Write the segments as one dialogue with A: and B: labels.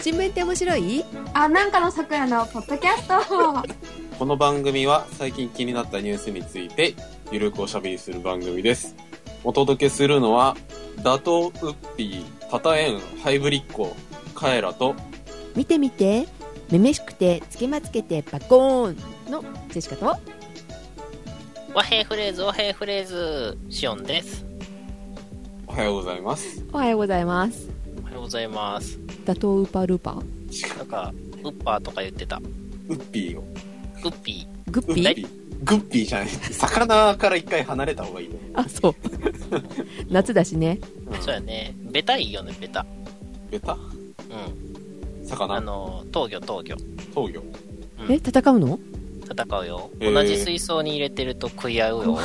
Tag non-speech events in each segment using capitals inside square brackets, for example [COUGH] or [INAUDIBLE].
A: 新聞って面白い
B: あ、なんかのさくらのポッドキャスト。
C: この番組は最近気になったニュースについてゆるくおしゃべりする番組です。お届けするのは、打倒ウッピー、パタエン、ハイブリッコ、カエラと、
A: 見てみてめめしくてつけまつけてバコーンのジェシカと
D: 和平フレーズ、和平フレーズ、シオンです。
C: おはようございます。
A: おはようございます
D: おはようございます。
A: 打倒ウーパールーパー
D: なんか、ウッパーとか言ってた。ウ
C: ウッピーを。
D: ッピ
A: グッ
C: ウ
A: ピ
C: ッ
A: ー
C: ピー。グッピーじゃない。 [LAUGHS] 魚から一回離れた方がいいね。
A: あそう [LAUGHS] 夏だしね
C: う
D: ー。そうや
C: ん、
D: ね。ベタいいよね、ベタ。
C: ベタ
D: うん。あ
C: 魚
D: の、闘魚、闘魚。
C: 闘魚。
A: え戦うの
D: 戦うよ。
C: へー
D: 同じ水槽に入れてると食い合
C: [LAUGHS]
D: うよ。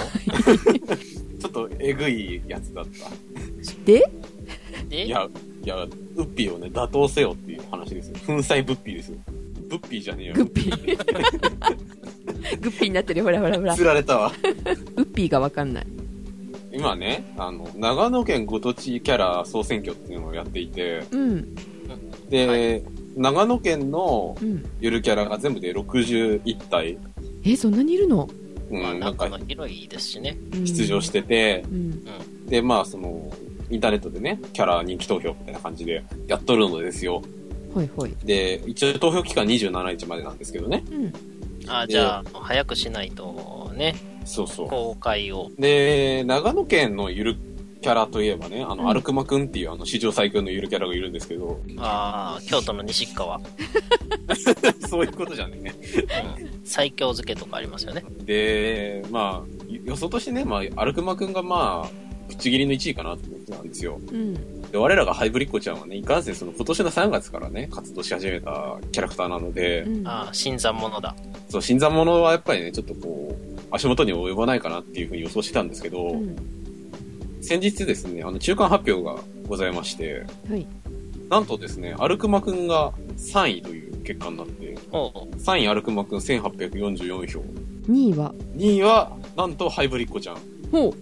C: ちょっとえぐいやつだった。
A: で
D: で
C: い、や、いや、ウッピーをね、打倒せよっていう話ですよ。粉砕ブッピーですよ。ブッピーじゃねえよ。
A: グッピ [LAUGHS] ーグッピーになってるよほらほらほらウ
C: 釣られたわ。
A: ッピーがわかんない
C: 今ね、あの、長野県ご当地キャラ総選挙っていうのをやっていて、
A: うん
C: で、
D: は
C: 長野県の
A: うん
C: ゆるキャラが全部で61体、
A: えそんなにいるの、
C: うん、
D: まあ、
C: な
D: なんんか
C: か
D: の広いですしね。
A: うん
C: 出場してて、
A: うん
C: で、まあ、その、インターネットでね、キャラ人気投票みたいな感じでやっとるのですよ。
A: ほいほい
C: で、一応投票期間27日までなんですけどね。
A: うん
D: あ、
C: で
D: じゃあ、早くしないと、ね、
C: そうそう。
D: 公開を。
C: で、長野県のゆるキャラといえばね、あ
A: うん
C: の、アルクマくんっていう、あの、史上最強のゆるキャラがいるんですけ
D: [LAUGHS]
C: ど、
D: ああ、京都の西川。
C: そういうことじゃね
D: うん。最強漬けとかありますよね。
C: で、まあ、よ予想としてね、まあ、アルクマくんがまあ、ぶっちぎりの1位かなと思ってたんですよ。
A: うん
C: で、我らがハイブリッコちゃんはね、いかんせんその今年の3月からね、活動し始めたキャラクターなので、
A: うん
D: ああ、新参者だ。
C: そう、新参者はやっぱりね、ちょっとこう、足元に及ばないかなっていうふうに予想してたんですけど、
A: うん
C: 先日ですね、あの、中間発表がございまして、
A: はい
C: なんとですね、アルクマくんが3位という結果になって、
D: おう
C: 3位アルクマくん1844票。
A: 2位は
C: 2位は、なんとハイブリッコちゃん。
A: ほ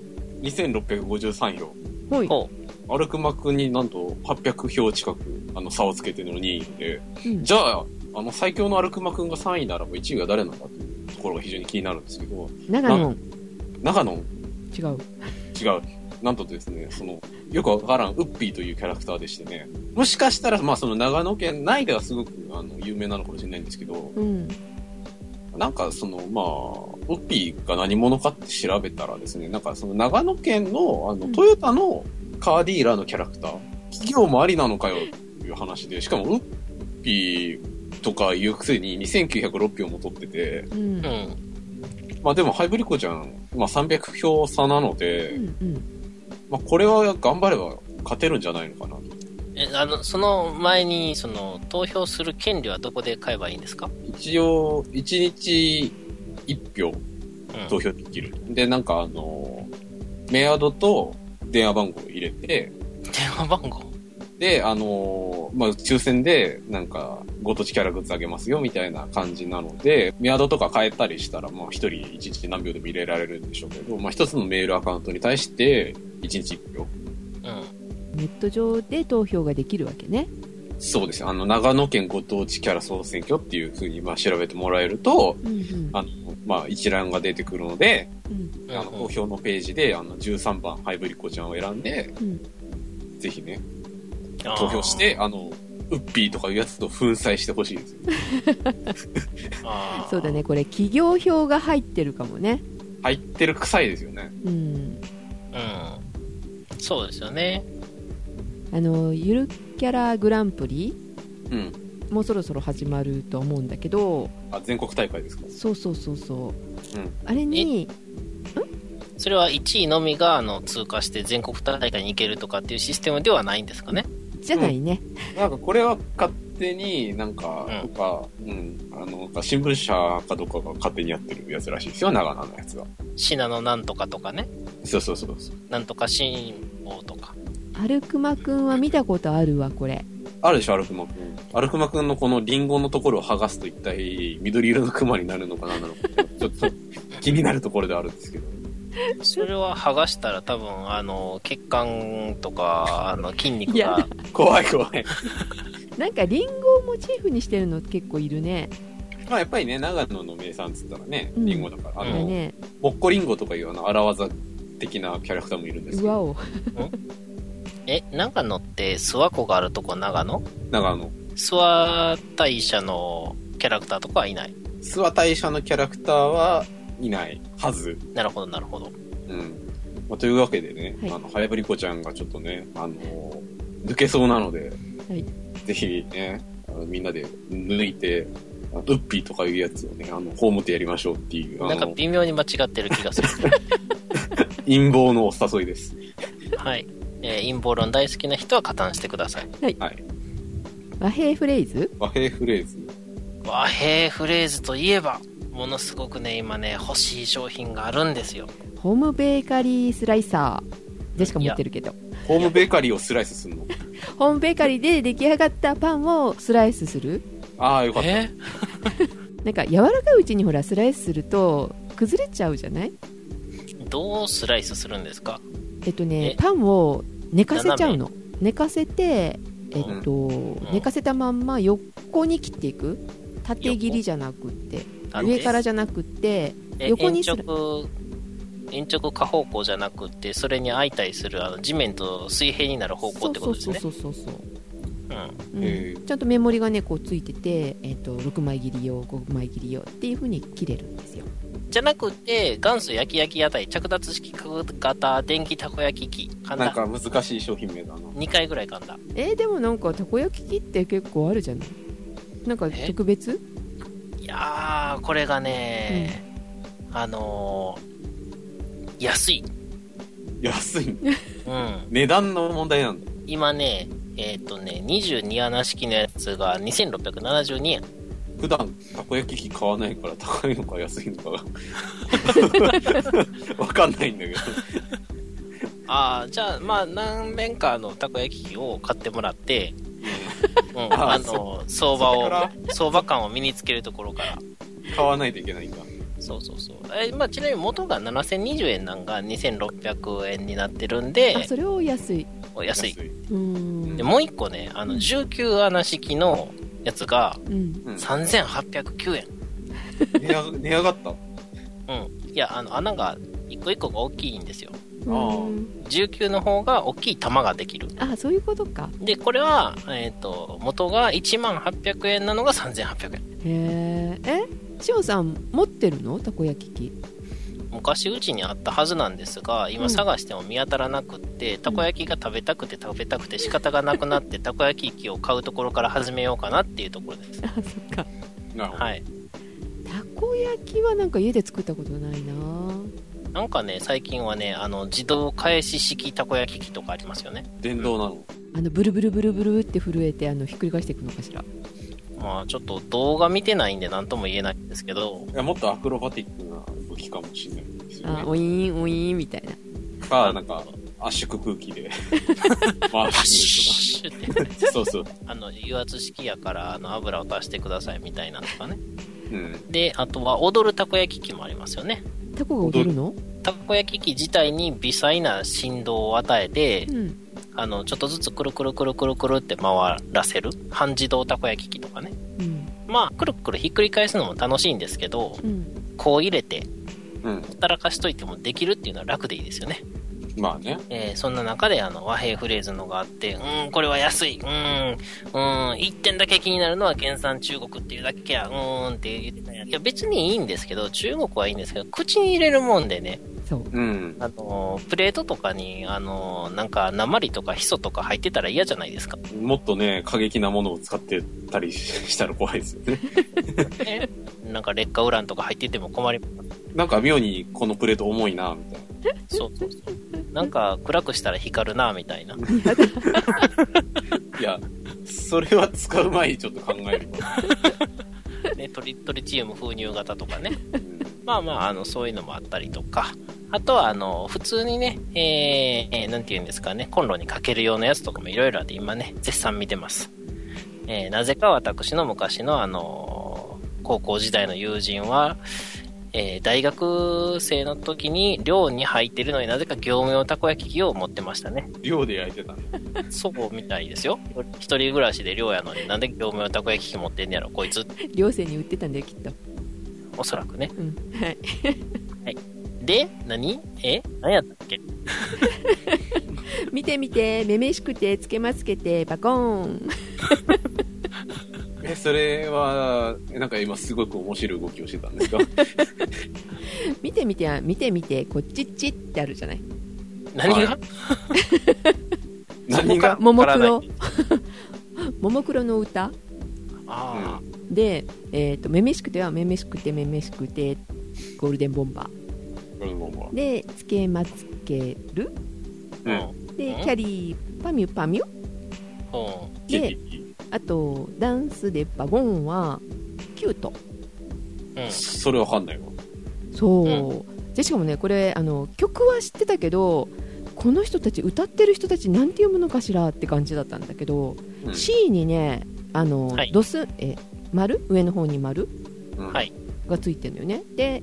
C: 2653票。
A: うほい
D: ほ
C: アルクマくんになんと800票近く、あの、差をつけてるのに2位で。
A: うん
C: じゃあ、あの、最強のアルクマくんが3位ならば1位が誰なんだというところが非常に気になるんですけど、
A: 長野
C: 長野、違う。
A: 違う
C: なんとですね、その、よくわからん、ウッピーというキャラクターでしてね。もしかしたら、まあ、その長野県内ではすごく、あの、有名なのかもしれないんですけど、
A: うん
C: なんかそのまあ、オッピーが何者かって調べたらですね、なんかその長野県のあ
A: う
C: の
A: ん
C: トヨタのカーディーラーのキャラクター、企業もありなのかよっていう話で、しかもウッピーとかいうくせに2906票も取ってて、
A: う
D: う。
A: ん
D: うん。
C: まあでもハイブリコちゃん、まあ300票差なの
A: う
C: で、
A: んうん
C: まあこれは頑張れば勝てるんじゃないのかなと。
D: え、あの、その前に、その、投票する権利はどこで買えばいいんですか
C: 一応、1日1票
D: うん
C: 投票できる。で、なんかあの、メアドと電話番号を入れて、
D: 電話番号
C: で、あのーまあ、抽選で、なんか、ご当地キャラグッズあげますよ、みたいな感じなので、メアドとか変えたりしたら、まあ、一人一日何秒でも入れられるんでしょうけど、まあ、一つのメールアカウントに対して、一日一票。
D: うん。
A: ネット上で投票ができるわけね
C: そうですね。あの、長野県ご当地キャラ総選挙っていうふうに、まあ、調べてもらえると、
A: うんうん
C: あの、まあ、一覧が出てくるので、
A: うん
C: あの、投票のページで、あの、13番、ハイブリコちゃんを選んで、
A: うん
C: ぜひね、
D: あー
C: 投票して、あの、ウッピーとかいうやつと粉砕してほしいです。
D: あー
A: そうだねこれ企業票が入ってるかもね
C: 入ってる臭いですよね。
A: うん
D: うんそうですよね
A: あのゆるキャラグランプリ
C: うん。
A: もうそろそろ始まると思うんだけど
C: あ、全国大会ですか
A: そうそうそうそう、
C: うん
A: あれに
D: それは1位のみがあの通過して全国大会に行けるとかっていうシステムではないんですかね
A: じゃないね、
C: なんかこれは勝手になんか、と
D: うん
C: か、うん、あの、なんか新聞社かどっかが勝手にやってるやつらしいですよ、長野のやつは。
D: 信濃なんとかとかね
C: そうそうそうそう。
D: なんとか新報とか
A: アルクマくんは見たことあるわこれ
C: あるでしょ、アルクマくん。アルクマくんのこのリンゴのところを剥がすと一体緑色のクマになるのか何なのか、 [LAUGHS] ちょっと気になるところではあるんですけど。
D: それは剥がしたら多分あの血管とかあの筋肉
A: いや
D: が
C: 怖い怖い。
A: なんかリンゴをモチーフにしてるの結構いるね。
C: まあやっぱりね、長野の名産っつったらね、
A: うん
C: リンゴだから、あ
A: だ
C: の、
A: ね。
C: ぼっこリンゴとかいうあの荒技的なキャラクターもいるんですけ
A: うわ
C: ど、
A: お。
D: え、長野って諏訪湖があるとこ長野
C: 長野、
D: 諏訪大社のキャラクターとかはいない。
C: 諏訪大社のキャラクターはいないはず。
D: なるほど、なるほど。
C: うん。まあ、というわけでね、
A: はい
C: あの、はやぶりこちゃんがちょっとね、あの抜けそうなので、
A: はい
C: ぜひね、あのみんなで抜いて、あのウッピーとかいうやつをね、あの、葬ってやりましょうっていう、
D: な
C: あ
D: んか
C: の、
D: 微妙に間違ってる気が
C: [LAUGHS]
D: する。
C: 陰謀のお誘いです。
D: はい。えー陰謀論大好きな人は加担してください。
C: はい。
A: 和平フレーズ
C: 和平フレーズ。
D: 和平フレーズといえば、ものすごくね、今ね、欲しい商品があるんですよ。
A: ホームベーカリースライサー。でしか持ってるけど。
C: ホームベーカリーをスライスするの。
A: ホームベーカリーで出来上がったパンをスライスする
C: ああ、よかった。
D: え
A: なんか柔らかいうちにほらスライスすると崩れちゃうじゃない
D: どうスライスするんですか
A: えっとね
D: え
A: パンを寝かせちゃうの寝かせてえっと、
D: ん
A: 寝かせたまんま横に切っていく縦切りじゃなくって
D: あ
A: 上からじゃなくって
D: え
A: 横に
D: 延
A: する
D: 直、延直下方向じゃなくて、それに相対するあの地面と水平になる方向
A: そ
D: っ
A: う
D: て
A: そ
D: こと
A: う
D: です
A: そう
D: ね。
A: そうそうそう、
D: うん。
A: うん
C: へー
A: ちゃんとメモリがねこうついてて、えっと6枚切り用5枚切り用っていう風に切れるんですよ
D: じゃなくて、元祖焼き焼き屋台、着脱式型電気たこ焼き器。簡
C: なん
D: 単。
C: か難しい商品名だな。
D: 2回ぐらい簡単。
A: えーでもなんかたこ焼き器って結構あるじゃないなんか
D: え
A: 特別
D: いやー、これがね、あのー、安い。
C: 安い。
D: うん。
C: 値段の問題なんだ。
D: 今ね、えっ、とね、22穴式のやつが2672円。
C: 普段、たこ焼き器買わないから高いのか安いのかが。わかんないんだけど。
D: ああ、じゃあ、まあ、何面かのたこ焼き器を買ってもらって、うん、
C: [LAUGHS] あー
D: あの、相
C: そ
D: 場を
C: こから、
D: 相場感を身につけるところから。
C: 買わないといけないんだ。
D: そうそうそう。え、まあ、ちなみに元が7020円なんが2600円になってるんで
A: あ、それを安い
D: お安い。。
A: うーん
D: で、もう一個ね、あの、19穴式のやつが
A: うん
C: うん
D: 3809円。
C: 値上が値上がった。
D: うん。いや、あの、穴が一個一個が大きいんですよ。
A: うーん
D: 19の方が大きい玉ができる。
A: あそういうことか
D: で、これは、えっ、と、元が1万800円なのが3800円。
A: へーえしおさん持ってるのたこ焼き器
D: 昔うちにあったはずなんですが、
A: う
D: 今
A: ん
D: 探しても見当たらなくって、たこ焼きが食べたくて食べたくて仕方がなくなって、たこ焼き器を買うところから始めようかなっていうところです。
A: あそっか
C: なるほど。
D: はい。
A: たこ焼きはなんか家で作ったことないな
D: なんかね、最近はね、あの、自動返し式たこ焼き器とかありますよね。
C: 電動なの。
A: あのブルブルブルブルって震えてあのひっくり返していくのかしら
D: まあ、ちょっと動画見てないんで何とも言えないんですけど、
C: いや、もっとアクロバティックな動きかもしれないですよ
A: あ
C: ね。
A: おいーんおいーんみたいな
C: か、なんか、圧縮空気で。回
D: パ
C: し
D: シュッって、
C: てみるとか。そうそう。
D: あの、油圧式やから、あの、油を足してくださいみたいなのとかね。
C: うん。
D: で、あとは踊るたこ焼き器もありますよね。
A: たこが踊るの
D: たこ焼き器自体に微細な振動を与えて
A: う、ん
D: あの、ちょっとずつくるくるくるくるくるって回らせる。半自動たこ焼き器とかね。
A: うん
D: まあ、くるくるひっくり返すのも楽しいんですけど、
A: うん
D: こう入れて、
C: うん。
D: ほったらかしといてもできるっていうのは楽でいいですよね。
C: まあね。
D: えーそんな中であの和平フレーズのがあって、うーん、これは安い、うーん、うーん、一点だけ気になるのは原産中国っていうだけや、うーんって言ってたんや。いや、別にいいんですけど、中国はいいんですけど、口に入れるもんでね、
A: そう
C: うん。
D: あのープレートとかに、あのーなんか、鉛とかヒ素とか入ってたら嫌じゃないですか。
C: もっとね、過激なものを使ってたりしたら怖いですよね。
D: ねなんか劣化ウランとか入ってても困ります。
C: なんか妙にこのプレート重いな、みたいな。
D: そうそうそう。なんか、暗くしたら光るな、みたいな。
C: いや、それは使う前にちょっと考えるわ。
D: ね、トリトリチウム封入型とかね。
C: うん
D: まあまあ、あの、そういうのもあったりとか、あとは、あの、普通にね、えーえー、なんて言うんですかね、コンロにかける用のやつとかもいろいろあって、今ね、絶賛見てます。えーなぜか私の昔の、あのー高校時代の友人は、えー大学生の時に寮に入ってるのになぜか業務用たこ焼き器を持ってましたね。
C: 寮で焼いてたんだ
D: そうみたいですよ。一人暮らしで寮やのになんで業務用たこ焼き器持ってんねやろ、こいつ。
A: 両生に売ってたんだよきっと
D: おそらくね。
A: うんはい
D: で、何え何やったっけ
A: 見て見てめめしくてつけまつけてバコーン
C: えそれはなんか今すごく面白い動きをしてたんです
D: [LAUGHS]
C: か
A: 見て見てあ見て見てこっちっちってあるじゃない
D: 何が、
C: は何が
A: ももク
D: 体
A: ロ
D: に
A: ももクロの歌
D: ああ、
A: で、えーと「めめしくて」は「めめしくてめめしくて」ゴールデンボンバ
C: これもも
A: ーで「つけまつける
C: う
D: うん
C: ん。」
A: で「
D: う
A: キ
D: ん
A: ャリーパミュパミュ
D: うん。
A: で
C: キキ」
A: あと「ダンスでバゴン」は「キュート
D: うん。
C: それわかんないわ」
A: そう、
D: う
A: でしかもねこれあの曲は知ってたけどこの人たち歌ってる人たちなんて読むのかしらって感じだったんだけど、
C: うん
A: C にねあの、
D: はい
A: ドスえ丸上の方に丸
C: うん
D: はい
A: がついてるのよねで、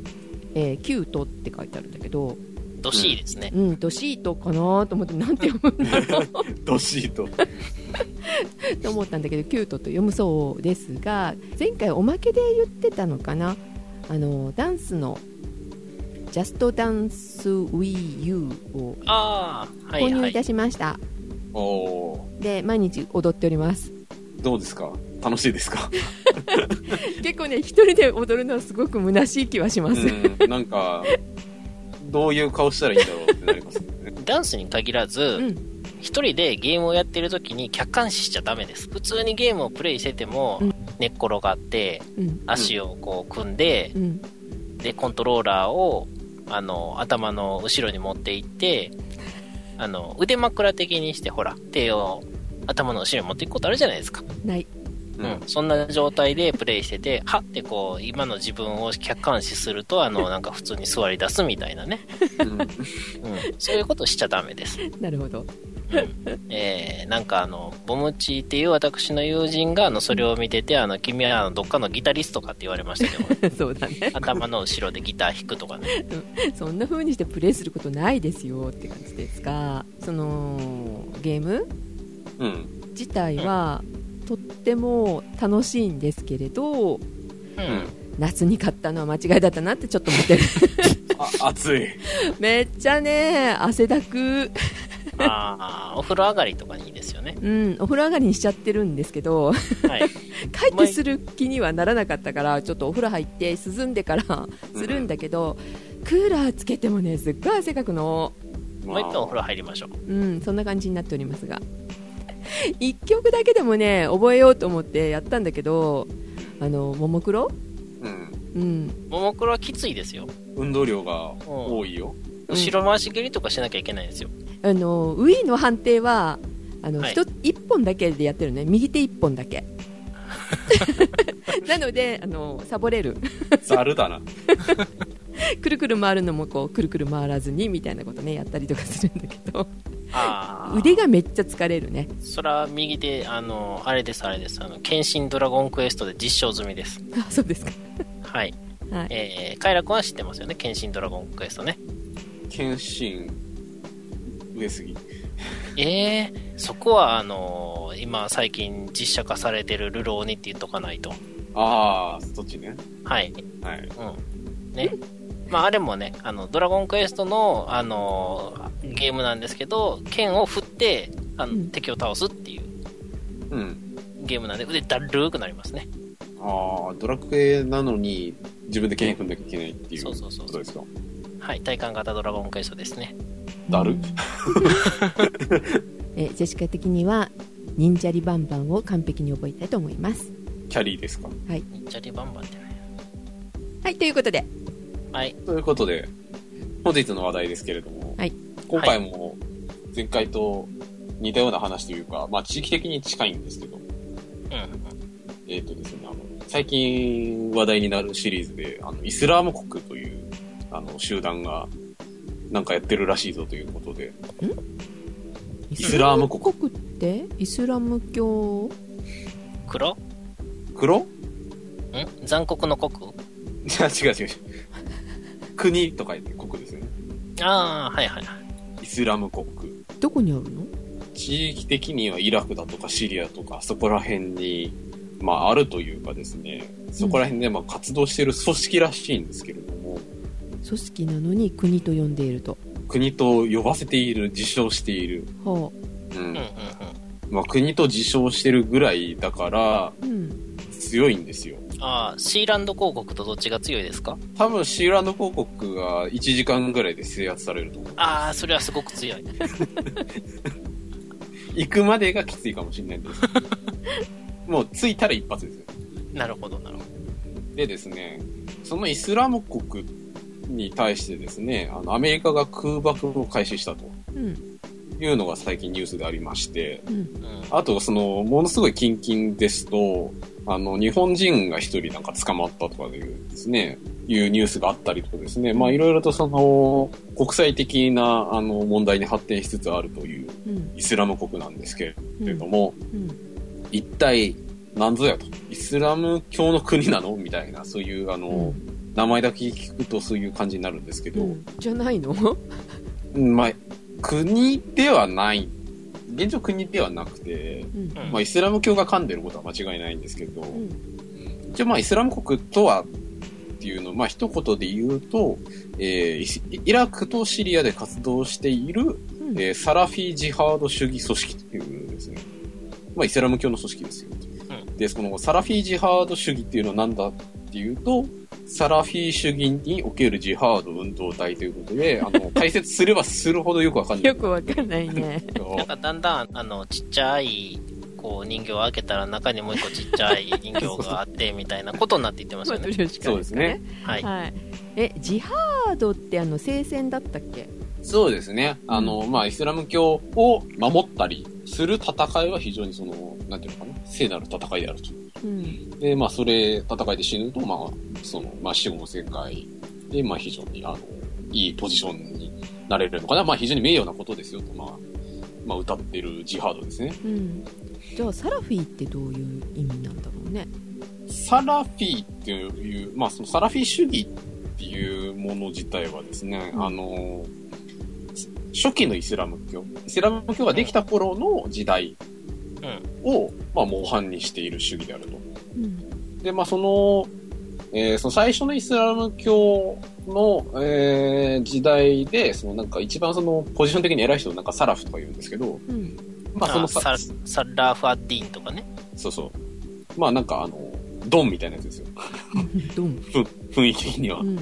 A: えーキュートって書いてあるんだけど
D: どっしりですね。
A: うんとシートかなと思ってなんて読むんだろう
C: どっしりと
A: と思ったんだけどキ [LAUGHS] ュートと読むそうですが前回おまけで言ってたのかなあのダンスの「ジャストダンス WeU」を
D: ああ、は
A: 購
D: い
A: 入
D: はい
A: た
D: い。
A: しました、
C: おお
A: で毎日踊っております
C: ーどうですか楽しいですか
A: 結構ね一人で踊るのはすごく虚しい気はします、
C: うんなんかどういう顔したらいいんだろうってなりますよね
D: ダンスに限らず、
A: うん
D: 一人でゲームをやってる時に客観視しちゃダメです。普通にゲームをプレイしてても、
A: うん
D: 寝っ転がって、
A: うん
D: 足をこう組んで
A: う、ん、
D: で、コントローラーを、あの、頭の後ろに持っていって、あの、腕枕的にして、ほら、手を頭の後ろに持っていくことあるじゃないですか。
A: ない、 [LAUGHS]
C: う
D: [LAUGHS] うんん。そんな状態でプレイしてて、はってこう、今の自分を客観視すると、 [LAUGHS] あの、なんか普通に座り出すみたいなね。
C: うん
D: うん。そういうことしちゃダメです。
A: なるほど [LAUGHS]
D: えーなんかあの、ボムチーっていう私の友人が、あの、それを見てて、あの、君はあのどっかのギタリストかって言われましたけ [LAUGHS] ど、
A: そうだね
D: 頭の後ろでギター弾くとかね。
A: そんな風にしてプレイすることないですよって感じですがそのゲーム
C: うん
A: 自体はとっても楽しいんですけれど
D: うん。
A: 夏に買ったのは間違いだったなってちょっと思ってる [LAUGHS]
C: あ暑い
A: めっちゃね汗だく
D: ああ、お風呂上がりとかにいいです [LAUGHS] よね。
A: うんお風呂上がりにしちゃってるんですけど [LAUGHS]
D: はい。
A: 帰ってする気にはならなかったからちょっとお風呂入って涼んでからするんだけど、クーラーつけてもねすっごい汗かくの
D: もう一回お風呂
C: 呂
D: 入りましょう。
A: うんそんな感じになっておりますが1曲だけでもね覚えようと思ってやったんだけどあのももクロ
C: うん
A: うん
D: ももクロはきついですよ。
C: 運動量が多いよ
A: うん
D: 後ろ回し蹴りとかしなきゃいけないんですよ。
A: あのウィーの判定はあの、
D: はい
A: 一つ1本だけでやってるね右手1本だけ [LAUGHS] なのであのサボれる
C: ざるだな
A: くるくる回るのもこうくるくる回らずにみたいなことねやったりとかするんだけど
D: ああ。
A: 腕がめっちゃ疲れるね
D: そら、右で、あの、あれです、あれです。あの、剣心ドラゴンクエストで実証済みです。
A: あそうですか
D: はい。
A: はい
D: えー、カイラ君は知ってますよね。剣心ドラゴンクエストね。
C: 謙信上杉
D: ええそこはあのー今最近実写化されてるルローニって言っとかないと。
C: ああそっちね
D: はい。
C: はい
D: うん。ね。まああれもね、あの、ドラゴンクエストの、あのーゲームなんですけど、剣を振って、あの、
A: うん
D: 敵を倒すっていう
C: うん
D: ゲームなんで、腕だるーくなりますね。
C: ああドラクエなのに自分で剣踏んなきゃいけないっていう
D: そうそうそう
C: ことですか
D: はい。体感型ドラゴンクエストですね。
C: だる
A: うん [LAUGHS] えジェシカ的には忍者リバンバンを完璧に覚えたいと思います
C: キャリーですか
D: 忍者リバンバンってね。
A: はいということで
D: はい。
C: ということで、本日の話題ですけれども、
A: はい
C: 今回も前回と似たような話というか、まあ地域的に近いんですけど、
D: うん。
C: えっ、とですね、あの、最近話題になるシリーズで、あの、イスラーム国という、あの、集団が、なんかやってるらしいぞということで、
A: イ
C: スラム国
A: 国ってイスラム教
D: 黒
C: 黒
D: ん残酷の国
C: 違う違う違う。国とか言って国ですよね。
D: ああ、はいはいはい。
C: イスラム国。
A: どこにあるの
C: 地域的にはイラクだとかシリアとかそこら辺に、まああるというかですね、そこら辺でまあ活動している組織らしいんですけれども、
A: 組織なのに国と呼んでいると
C: 国と呼ばせている、自称している。
A: は
C: う
D: うん
C: ん
D: うん。
C: まあ国と自称してるぐらいだから
A: あ、うん
C: 強いんですよ。
D: うん。ああ、シーランド広告とどっちが強いですか
C: 多分シーランド広告が1時間ぐらいで制圧されると思う。
D: ああ、それはすごく強い。
C: 行くまでがきついかもしれないんですけ [LAUGHS] ど。もう着いたら一発ですよ。
D: なるほど、なるほ
C: でですね、そのイスラム国に対してですね、あのアメリカが空爆を開始したと
A: うん
C: いうのが最近ニュースでありまして、
A: うん
D: ど。うん。
C: あとその、ものすごい近々ですと、あの、日本人が一人なんか捕まったとかいうですね、いうニュースがあったりとかですね、まあいろいろとその、国際的なあの問題に発展しつつあるという
A: うん
C: イスラム国なんですけ
A: うん
C: れども、
A: うん
C: 一体何ぞやと。イスラム教の国なのみたいな、そういう、あの、
A: うん
C: 名前だけ聞くとそういう感じになるんですけ
A: う
C: ど、
A: んじゃないのう
C: うんまあ、国ではない。現状国ではなくて、
A: ん
D: うん
C: まあ、イスラム教が噛んでることは間違いないんですけど、
A: うん
C: 一応まあ、イスラム国とはっていうのを、まあ、一言で言うと、えーイスイラクとシリアで活動している、
A: うん
C: えーサラフィジハード主義組織っていうですね、まあ、イスラム教の組織ですよ。
D: う
C: で、そのサラフィジハード主義っていうのは何だっていうと、サラフィ主義におけるジハード運動体ということで、あの、解説すればするほどよくわかんない
A: よくわかんない [LAUGHS] ね
C: けど
D: なんかだんだん、あの、ちっちゃい、こう、人形を開けたら中にもう一個ちっちゃい人形があって、みたいなことになっていってましたよ
A: マト
D: ね
A: リ。ョシカ
C: そうですね。
D: はい。
A: はいえジハードってあの聖戦だったっけ
C: そうですね。あの、まあ、イスラム教を守ったりする戦いは非常にその、なんていうのかな、聖なる戦いであると。
A: うん
C: で、まあ、それ、戦いで死ぬと、まあ、その、まあ、死後の世界で、まあ、非常に、あの、いいポジションになれるのかな。まあ、非常に名誉なことですよと、まあ、まあ、歌ってるジハードですね。
A: うんじゃあサラフィーってどういう意味なんだろうね
C: サラフィっていう、まあ、そのサラフィ主義っていうもの自体はですね、
A: うん
C: あの、初期のイスラム教、イスラム教ができた頃の時代を、まあ、模範にしている主義であると。
A: うん
C: で、まあ、その、えーその最初のイスラム教の、えー時代で、そのなんか一番そのポジション的に偉い人をなんかサラフとか言うんですけど、
A: うん
C: まあ、その
D: あササッラーフアッディーンとかね。
C: そうそう。まあ、なんかあの、ドンみたいなやつですよ。
A: ドン
C: ふ雰囲気的には
A: う。ん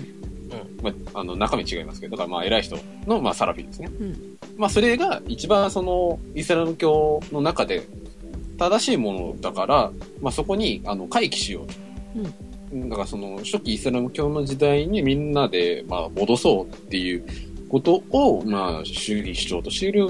C: まあ、あの、中身違いますけど、だからまあ、偉い人の、まあ、サラフィですね。
A: うん
C: まあ、それが一番その、イスラム教の中で正しいものだから、まあ、そこに、あの、回帰しようと。だからその、初期イスラム教の時代にみんなで、まあ、戻そうっていうことを、まあ、主義主張としている、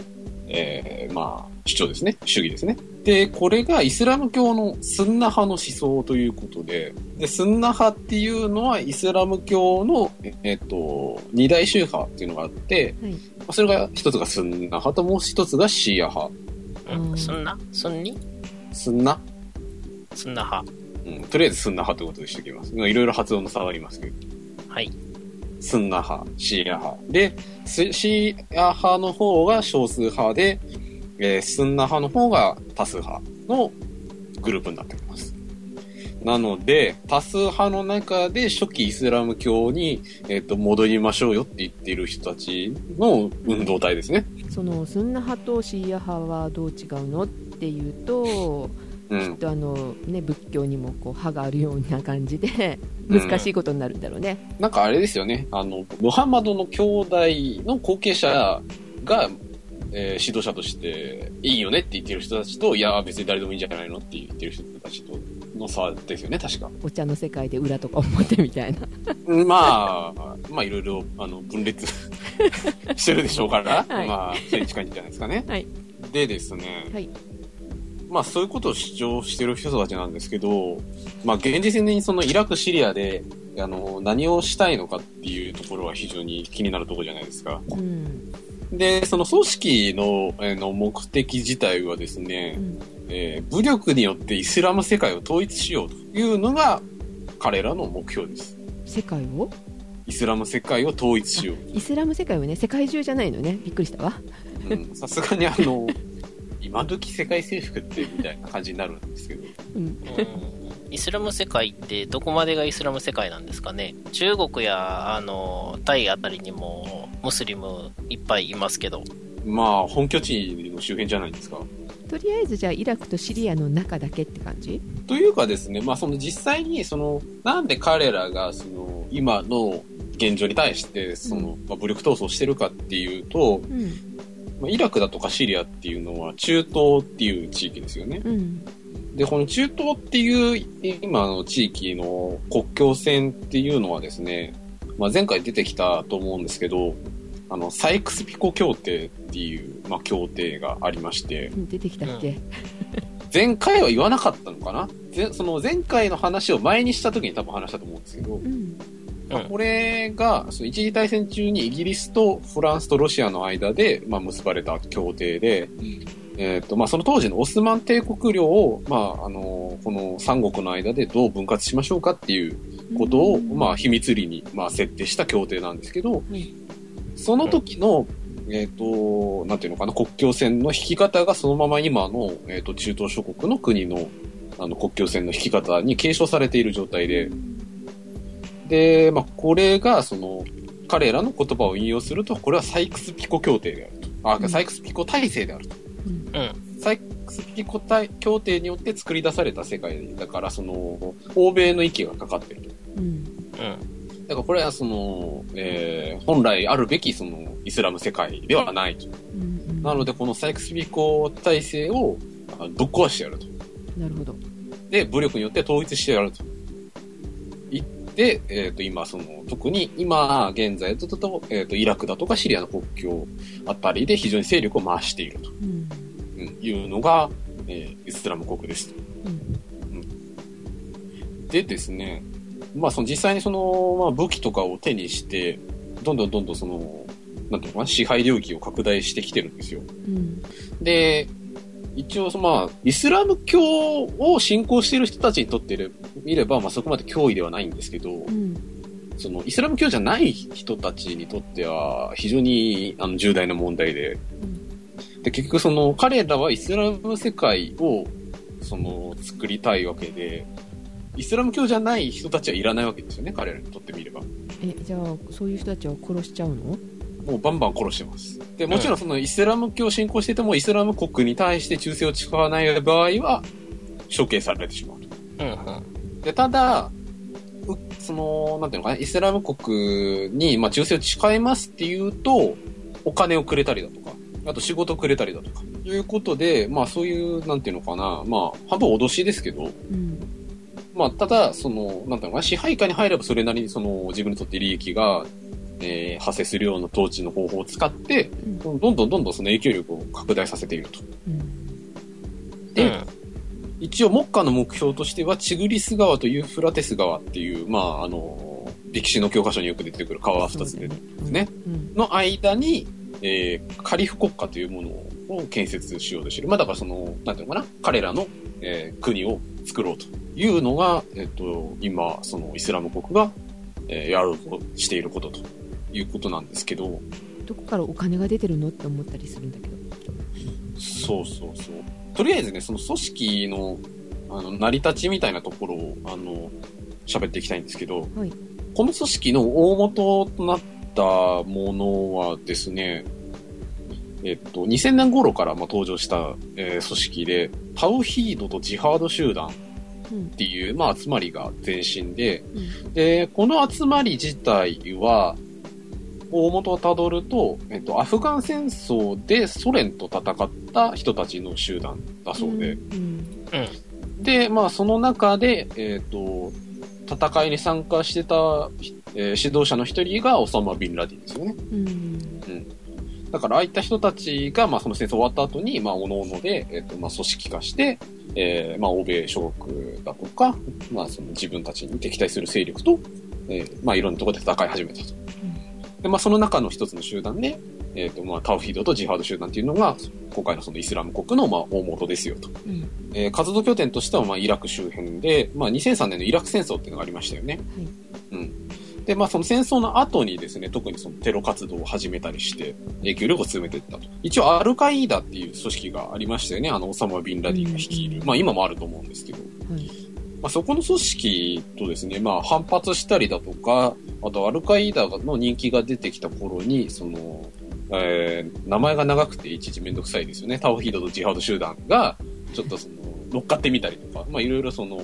C: えーまあ、主張ですね。主義ですね。で、これがイスラム教のスンナ派の思想ということで、で、スンナ派っていうのはイスラム教の、ええっと、二大宗派っていうのがあって、
A: はい
C: まあそれが一つがスンナ派ともう一つがシーア派。
D: うん
A: うん
D: そんなそんに
C: スンナ
D: そんな派。
C: うん、とりあえずスンナ派ということにしておきます。いろいろ発音の差がありますけど。
D: はい。
C: スンナ派、シーア派。で、スシーア派の方が少数派で、えースンナ派の方が多数派のグループになっております。なので、多数派の中で初期イスラム教に、えっ、と、戻りましょうよって言っている人たちの運動体ですね。
A: そのスンナ派とシーア派はどう違うのっていうと
C: う
A: きっ
C: ん。
A: とあの、ね、仏教にもこう歯があるような感じで
C: うん
A: 難しいことになるんだろうね、
C: なんかあれですよね。あの、ムハンマドの兄弟の後継者が、えー指導者として、いいよねって言ってる人たちと、いや、別に誰でもいいんじゃないのって言ってる人たちとの差ですよね、確か。
A: お茶の世界で裏とか表みたいな
C: まあ、 [LAUGHS] まあ、いろいろ、あの、分裂 [LAUGHS] してるでしょうか
A: [LAUGHS]
C: ら、
A: はい
C: まあ、それに近いんじゃないですかね。
A: はい
C: でですね、
A: はい
C: まあ、そういうことを主張してる人たちなんですけど、まあ、現実的にそのイラク、シリアで、あの、何をしたいのかっていうところは非常に気になるところじゃないですか。
A: うん
C: で、その組織のえーの目的自体はです
A: う
C: ね、
A: ん
C: えー武力によってイスラム世界を統一しようというのが彼らの目標です。
A: 世界を
C: イスラム世界を統一しよ
A: イスラム世界はね世界中じゃないのねびっくりしたわ [LAUGHS]
C: ううんさすがにあの今時世界征服ってみたいな感じになるんですけど
A: うん
D: うんイスラム世界ってどこまでがイスラム世界なんですかね中国やあのタイあたりにもムスリムいっぱいいますけど
C: まあ本拠地の周辺じゃないですか
A: とりあえずじゃあイラクとシリアの中だけって感じ
C: というかですね、まあ、その実際にそのなんで彼らがその今の現状に対してその、まあ、武力闘争をしてるかっていうと、
A: うん
C: まあ、イラクだとかシリアっていうのは中東っていう地域ですよね。
A: うん
C: で、この中東っていう今の地域の国境線っていうのはですね、まあ、前回出てきたと思うんですけど、あの、サイクスピコ協定っていう、まあ、協定がありまして、
A: 出てきたっけ、
C: 前回は言わなかったのかなぜその前回の話を前にした時に多分話したと思うんですけど
A: う、ん
D: うん
C: これが、その一次大戦中にイギリスとフランスとロシアの間で、まあ、結ばれた協定で、えっ、と、まあ、その当時のオスマン帝国領を、まあ、あの、この三国の間でどう分割しましょうかっていうことを、まあ、秘密裏に、まあ、設定した協定なんですけど、その時の、えっ、と、なんていうのかな、国境線の引き方がそのまま今の、えっ、と、中東諸国の国の、あの、国境線の引き方に継承されている状態で、で、まあ、これが、その、彼らの言葉を引用すると、これはサイクスピコ協定であると。あ、
A: うん
C: サイクスピコ体制であると。
A: うん
C: サイクスピコ体協定によって作り出された世界だから、その、欧米の息がかかってると。
A: うん
D: うん
C: だからこれはその、えー本来あるべきそのイスラム世界ではないと。
A: うん
C: なのでこのサイクスピコ体制をあぶっ壊してやると。
A: なるほど
C: で、武力によって統一してやると。言って、えっ、と今その、特に今現在だと、えっ、とイラクだとかシリアの国境あたりで非常に勢力を回していると
A: うん
C: うんいうのが、えーイスラム国です。
A: うん
C: でですね、まあその実際にその、まあ武器とかを手にして、どんどんどんどんその、なんていうのかな、支配領域を拡大してきてるんですよ。
A: うん
C: で、一応その、まあ、イスラム教を信仰している人たちにとってれ見れば、まあそこまで脅威ではないんですけど
A: う、ん
C: その、イスラム教じゃない人たちにとっては、非常に、あの、重大な問題で、で、結局その、彼らはイスラム世界を、その、作りたいわけで、イスラム教じゃない人たちはいらないわけですよね、彼らにとってみれば。
A: えじゃあそういう人たちを殺しちゃうの
C: もうバンバン殺してます。で、もちろんそのイスラム教を信仰してても、イスラム国に対して忠誠を誓わない場合は、処刑されてしまうと。
D: うんうん
C: で、ただ、うその、なんていうのかな、イスラム国に、まあ、忠誠を誓いますっていうと、お金をくれたりだとか、あと仕事をくれたりだとか、いうことで、まあそういう、なんていうのかな、まあ、半分脅しですけど、
A: うん
C: まあ、ただ、その、なんだろうな、支配下に入ればそれなりに、その、自分にとって利益が、えー、発生するような統治の方法を使って、
A: うん
C: どんどんどんどんその影響力を拡大させていると。
A: うん
D: う
C: で、
D: ん
C: 一応、目下の目標としては、チグリス川とユーフラテス川っていう、まあ、あの、歴史の教科書によく出てくる川二つで、
A: そうだ
C: ね
A: うん
C: の間に、えー、カリフ国家というものを建設しようとしている。まあ、だからその、なんていうのかな、彼らの、えー国を作ろうというのが、えっ、と、今、そのイスラム国が、えーやろうとしていることということなんですけど、
A: どこからお金が出てるのって思ったりするんだけど
C: そうそうそう。とりあえずね、その組織の、あの、成り立ちみたいなところを、あの、喋っていきたいんですけど、
A: はい
C: この組織の大元となったものはですね、えっと、2000年頃からまあ登場した、えー組織で、タウヒードとジハード集団
A: うん
C: っていう、まあ、集まりが前身で、
A: う
C: で、この集まり自体は、大元をたどると、えっと、アフガン戦争でソ連と戦った人たちの集団だそうで、
A: ん
C: で、まあ、その中で、えっと、戦いに参加してた、えー指導者の一人がオサマ・ビンラディンですよね。
A: うん
C: だから、ああいった人たちが、まあ、その戦争終わった後に、まあ、おのので、えっと、まあ、組織化して、えーまあ、欧米諸国だとか、まあ、その自分たちに敵対する勢力と、えーまあ、いろんなところで戦い始めたと。で、まあ、その中の一つの集団で、えっと、まあ、タウフィードとジハード集団っていうのが、今回のそのイスラム国の、まあ、大元ですよと。
A: うんは
C: えー活動拠点としては、まあ、イラク周辺で、まあ、2003年のイラク戦争っていうのがありましたよね。
A: い
C: うん。で、まあ、その戦争の後にですね、特にそのテロ活動を始めたりして、影響力を強めていったと。一応、アルカイダっていう組織がありましたよね。あの、オサマ・ビンラディンが率いる。まあ、今もあると思うんですけど。
A: はい
C: まあ、そこの組織とですね、まあ、反発したりだとか、あとアルカイダの人気が出てきた頃に、その、えー名前が長くていちいちめんどくさいですよね。タオヒードとジハード集団が、ちょっとその、乗っかってみたりとか、まあ、いろいろその、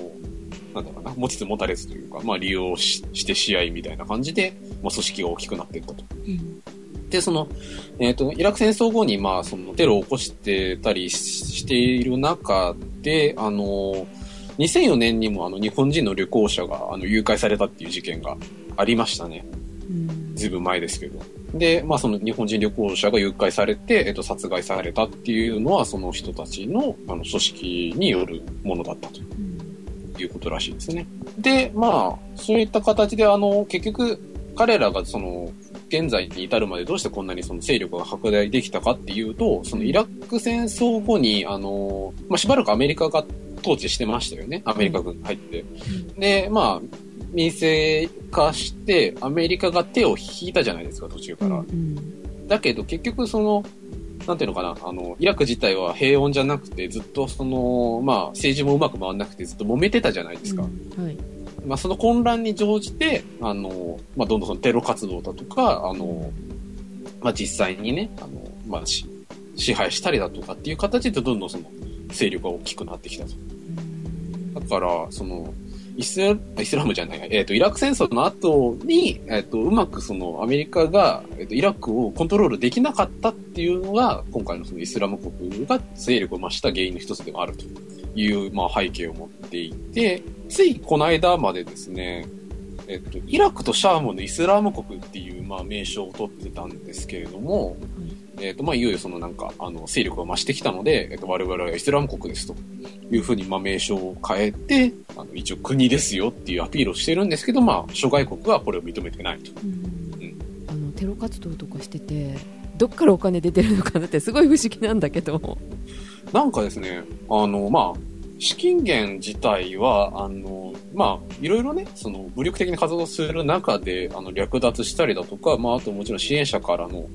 C: なんだろうな、持ちつ持たれつというか、まあ、利用しして試合みたいな感じで、まあ、組織が大きくなっていったと。で、その、えっ、と、イラク戦争後に、まあ、その、テロを起こしてたりししている中で、あの、2004年にもあの、日本人の旅行者が、あの、誘拐されたっていう事件がありましたね。
A: うん
C: ずいぶん前ですけど。で、まあ、その日本人旅行者が誘拐されて、えっと、殺害されたっていうのは、その人たちの、あの、組織によるものだったということらしいですね。で、まあ、そういった形で、あの、結局、彼らがその、現在に至るまでどうしてこんなにその勢力が拡大できたかっていうと、そのイラク戦争後に、あの、まあ、しばらくアメリカが統治してましたよね。アメリカ軍が入って。で、まあ、民政化して、アメリカが手を引いたじゃないですか、途中から。
A: うん
C: だけど結局その、なんていうのかな、あの、イラク自体は平穏じゃなくて、ずっとその、まあ、政治もうまく回んなくて、ずっと揉めてたじゃないですか。
A: うんはい
C: まあ、その混乱に乗じて、あの、まあ、どんどんそのテロ活動だとか、あの、まあ、実際にね、あの、まあ、し支配したりだとかっていう形で、どんどんその、勢力が大きくなってきたと。だから、その、イスライスラムじゃない、えっ、と、イラク戦争の後に、えっ、と、うまくその、アメリカが、えっ、と、イラクをコントロールできなかったっていうのが、今回のそのイスラム国が勢力を増した原因の一つでもあるという、まあ、背景を持っていて、ついこの間までですね、えっ、と、イラクとシャームのイスラム国っていう、まあ、名称を取ってたんですけれども、えっ、と、まあ、いよいよそのなんか、あの、勢力が増してきたので、えっ、と、我々はイスラム国ですと。いうふうに、まあ、名称を変えて、あの、一応国ですよっていうアピールをしてるんですけど、まあ、諸外国はこれを認めてないと。
A: あのテロ活動とかしててどっからお金出てるのかなってすごい不思議なんだけど、
C: なんかですね、あの、まあ、資金源自体は、あの、まあ、いろいろね、その、武力的に活動する中で、あの、略奪したりだとか、まあ、あともちろん支援者からの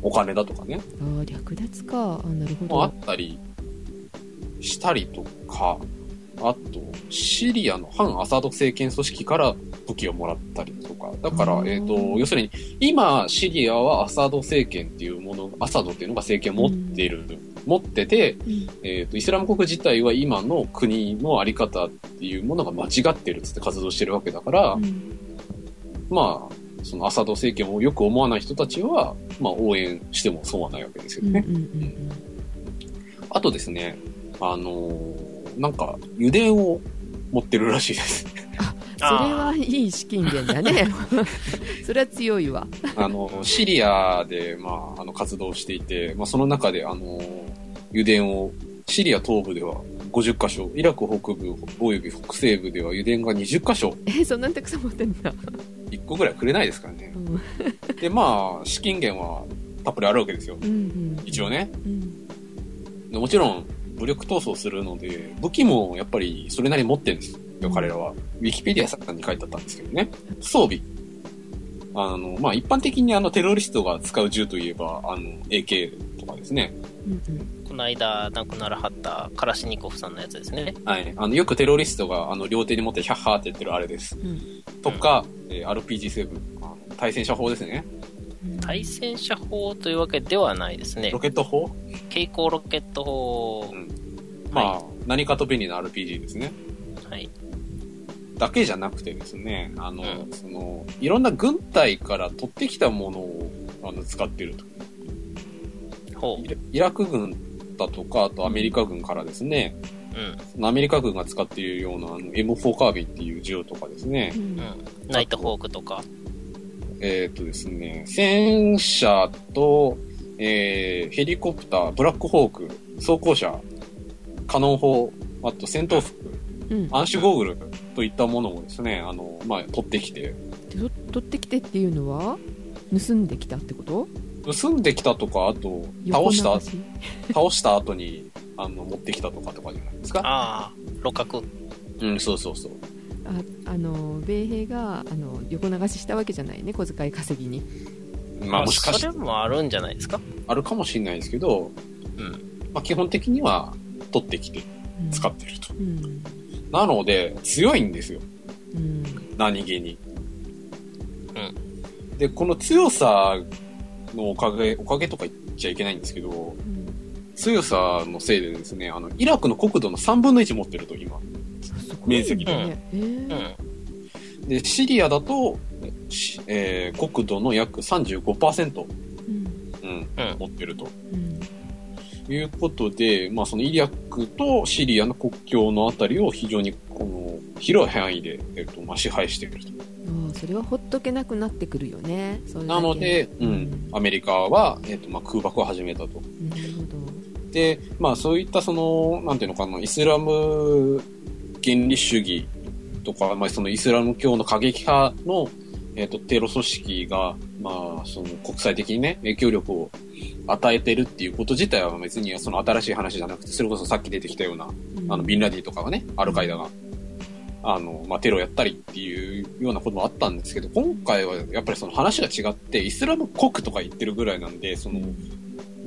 C: お金だとかね、
A: あー略奪かあなるほ
C: もあ
A: ど
C: ったりしたりとか、あと、シリアの反アサード政権組織から武器をもらったりとか、だから
A: う、ん
C: えっ、と、要するに、今、シリアはアサード政権っていうもの、アサドっていうのが政権を持ってる、持ってて、えっ、と、イスラム国自体は今の国のあり方っていうものが間違ってるっつって活動してるわけだから、まあ、そのアサド政権をよく思わない人たちは、まあ、応援しても損はないわけですよね。
A: うんうんうん
C: あとですね、あのーなんか、油田を持ってるらしいです。
A: それはいい資金源だ
C: [LAUGHS]
A: ねそれは強いわ
C: あの、シリアで、まあ、あの、活動していて、まあ、その中で、あのー油田を、シリア東部では50箇所、イラク北部及び北西部では油田が20箇所、
A: えそんなにたくさん持ってんだ、
C: 1個ぐらいくれないですからね
A: う。ん
C: で、まあ、資金源はたっぷりあるわけですよ。
A: うんうん、
C: 一応ね。
A: うん、
C: でもちろん、武力闘争するので、武器もやっぱりそれなりに持ってるんですよ、彼らは。ウィキペディア作家に書いてあったんですけどね。装備。あの、まあ、一般的にあの、テロリストが使う銃といえば、あの、AK とかですね。
A: うんうん
D: この間亡くならはったカラシニコフさんのやつですね
C: はい。あの、よくテロリストが、あの、両手に持って、ヒャッハーって言ってるあれです。
A: うん
C: とか、えー RPG7、あの対戦車砲ですね。
D: 対戦車砲というわけではないですね
C: ロケット砲
D: 蛍光ロケット砲、
C: まあ、
D: は
C: 何かと便利な RPG ですね。
D: はい、
C: だけじゃなくてですね、あの、
D: う
C: その、いろんな軍隊から取ってきたものを、あの、使ってると。
D: ほ
C: イライラク軍だとか、あとアメリカ軍からですね、
D: う、う
C: そのアメリカ軍が使っているようなあの M4 カービンっていう銃とかですね、
A: うん
D: ん、うん、ナイトホークとか、
C: えっ、とですね、戦車と、えーヘリコプター、ブラックホーク、装甲車、カノン砲、あと戦闘服、
A: うん
C: 暗視ゴーグルといったものをですね、あの、まあ、取ってきて、
A: でと取ってきてっていうのは盗んできたってこと
C: 盗んできたとか、あと、倒
A: 横流
C: した、倒した後に、あの、持ってきたとかとかじゃないですか。
D: ああ、六角、
C: うん、そうそうそう。
A: ああの米兵があの横流ししたわけじゃないね小遣い稼ぎに
C: まあ、もしかし
D: そ
C: て
D: れもあるんじゃないですか
C: あるかもしれないですけど、
D: うん。
C: まあ、基本的には取ってきて使ってると。
A: うん
C: なので、強いんですよ。
A: うん
C: 何気に。
D: う
C: で、この強さのおかげ、おかげとか言っちゃいけないんですけど、
A: うん
C: 強さのせいでですね、あの、イラクの国土の3分の1持ってると、今。
A: すごい
C: 面積
D: で
A: ねえー
D: うん。
C: で、シリアだと、しえー国土の約35%、
A: うん
C: うん、
D: うん
C: 持ってると
A: うん
C: いうことで、まあ、そのイリアクとシリアの国境のあたりを非常に、この、広い範囲で、えっと、まあ、支配していると。
A: うんそれはほっとけなくなってくるよねそれだけ
C: なので、うん、アメリカは、えっと、まあ、空爆を始めたと。
A: うんなるほど
C: で、まあそういったその、なんていうのかな、イスラム原理主義とか、まあそのイスラム教の過激派の、えっ、と、テロ組織が、まあその国際的にね、影響力を与えてるっていうこと自体は別にその新しい話じゃなくて、それこそさっき出てきたような、
A: うん
C: あの、ビンラディとかがね、アルカイダが、あの、まあテロやったりっていうようなこともあったんですけど、今回はやっぱりその話が違って、イスラム国とか言ってるぐらいなんで、その、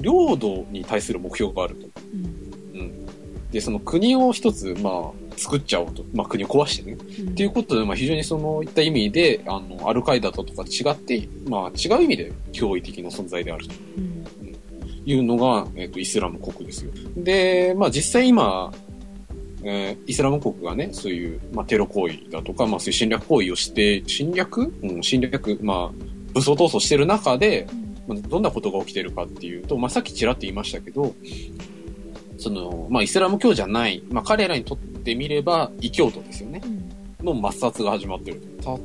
C: 領土に対する目標があると。
A: うん
C: で、その国を一つ、まあ、作っちゃおうと。まあ、国を壊してね。
A: うん
C: っていうことで、まあ、非常にそのいった意味で、あの、アルカイダととか違って、まあ、違う意味で脅威的な存在であると
A: うん
C: いうのが、えっ、と、イスラム国ですよ。で、まあ、実際今、えーイスラム国がね、そういう、まあ、テロ行為だとか、まあ、そういう侵略行為をして、侵略うん、侵略、まあ、武装闘争してる中で、まあどんなことが起きてるかっていうと、まあ、さっきちらっと言いましたけど、その、まあ、イスラム教じゃない、まあ、彼らにとってみれば、異教徒ですよね。の抹殺が始まってる。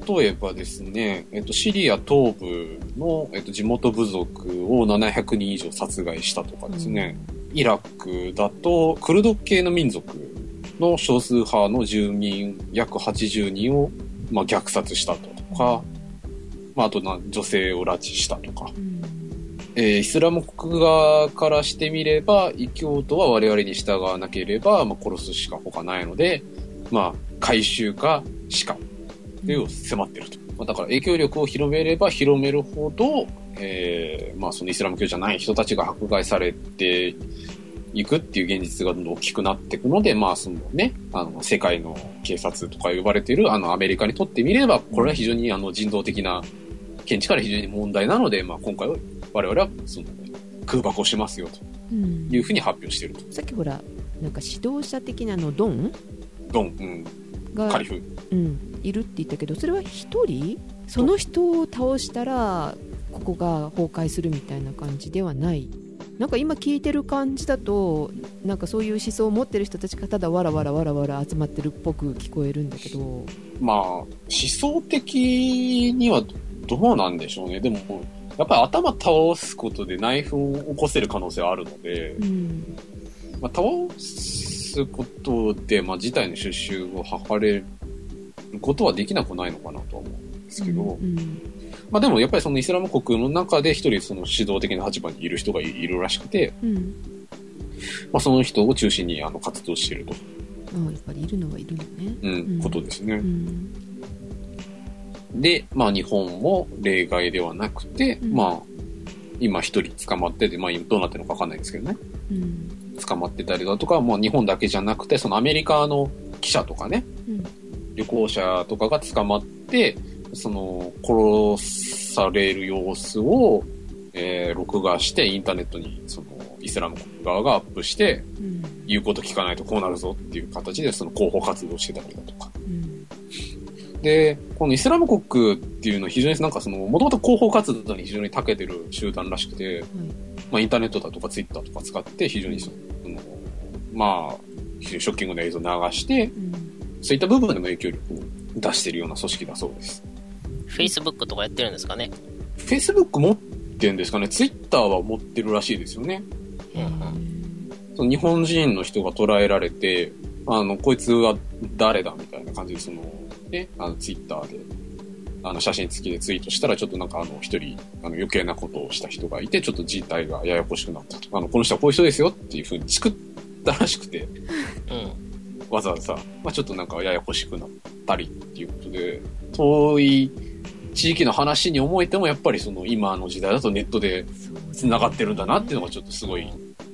C: 例えばですね、えっと、シリア東部の、えっと、地元部族を700人以上殺害したとかですね、イラクだと、クルド系の民族の少数派の住民約80人を、まあ、虐殺したとか、まあ、あとな、女性を拉致したとか、
A: うん
C: えーイスラム国側からしてみれば、異教徒は我々に従わなければ、まあ、殺すしか他ないので、まあ、回収か死か、というのを迫ってると。まあ、だから影響力を広めれば広めるほど、えーまあ、そのイスラム教じゃない人たちが迫害されていくっていう現実がどんどん大きくなっていくので、まあ、そのね、あの、世界の警察とか呼ばれている、あの、アメリカにとってみれば、これは非常に、あの、人道的な見地から非常に問題なので、まあ、今回は我々はその空爆をしますよと
A: うん
C: いうふうに発表していると。
A: さっきほらなんか指導者的なのドン
C: ドン、うん、
A: が
C: カリフ。
A: うん、いるって言ったけどそれは一人その人を倒したらここが崩壊するみたいな感じではないなんか今聞いてる感じだとなんかそういう思想を持ってる人たちがただわらわらわらわら集まってるっぽく聞こえるんだけど、うん
C: まあ、思想的にはどうなんでしょうね。でも、やっぱり頭倒すことで内紛を起こせる可能性はあるので、まあ、倒すことで、まあ、事態の収集を図れることはできなくないのかなとは思うんですけど、
A: うん
C: まあでもやっぱりそのイスラム国の中で一人その指導的な立場にいる人がいるらしくて、
A: うん
C: まあその人を中心にあの活動していると、
A: ああやっぱりいるのはいるのね。
C: うん
A: うん
C: ことですね。
A: うん
C: で、まあ日本も例外ではなくて、
A: うん
C: まあ今一人捕まってて、まあ今どうなってるのかわかんないですけどね。
A: うん
C: 捕まってたりだとか、もう日本だけじゃなくて、そのアメリカの記者とかね、
A: うん
C: 旅行者とかが捕まって、その殺される様子を、えー録画してインターネットにそのイスラム国側がアップして、
A: うん
C: 言うこと聞かないとこうなるぞっていう形でその広報活動してたりだとか。
A: うん
C: で、このイスラム国っていうのは非常になんかその、もともと広報活動に非常に長けてる集団らしくて、まあインターネットだとかツイッターとか使って非常にその、まあ、非常にショッキングな映像を流して、
A: うん
C: そういった部分でも影響力を出してるような組織だそうです。
D: Facebook とかやってるんですかね。
C: Facebook 持ってんですかね ?Twitter は持ってるらしいですよね。
D: うんうん。
C: その日本人の人が捕らえられて、あの、こいつは誰だみたいな感じで、その、ね、あの、ツイッターで、あの、写真付きでツイートしたら、ちょっとなんかあの、一人、あの、余計なことをした人がいて、ちょっと事態がややこしくなったと。あの、この人はこういう人ですよっていうふうに作ったらしくて、
D: うん。
C: わざわざ、まあちょっとなんかややこしくなっったりっていうことで、遠い地域の話に思えても、やっぱりその今の時代だとネットで繋がってるんだなっていうのがちょっとすごい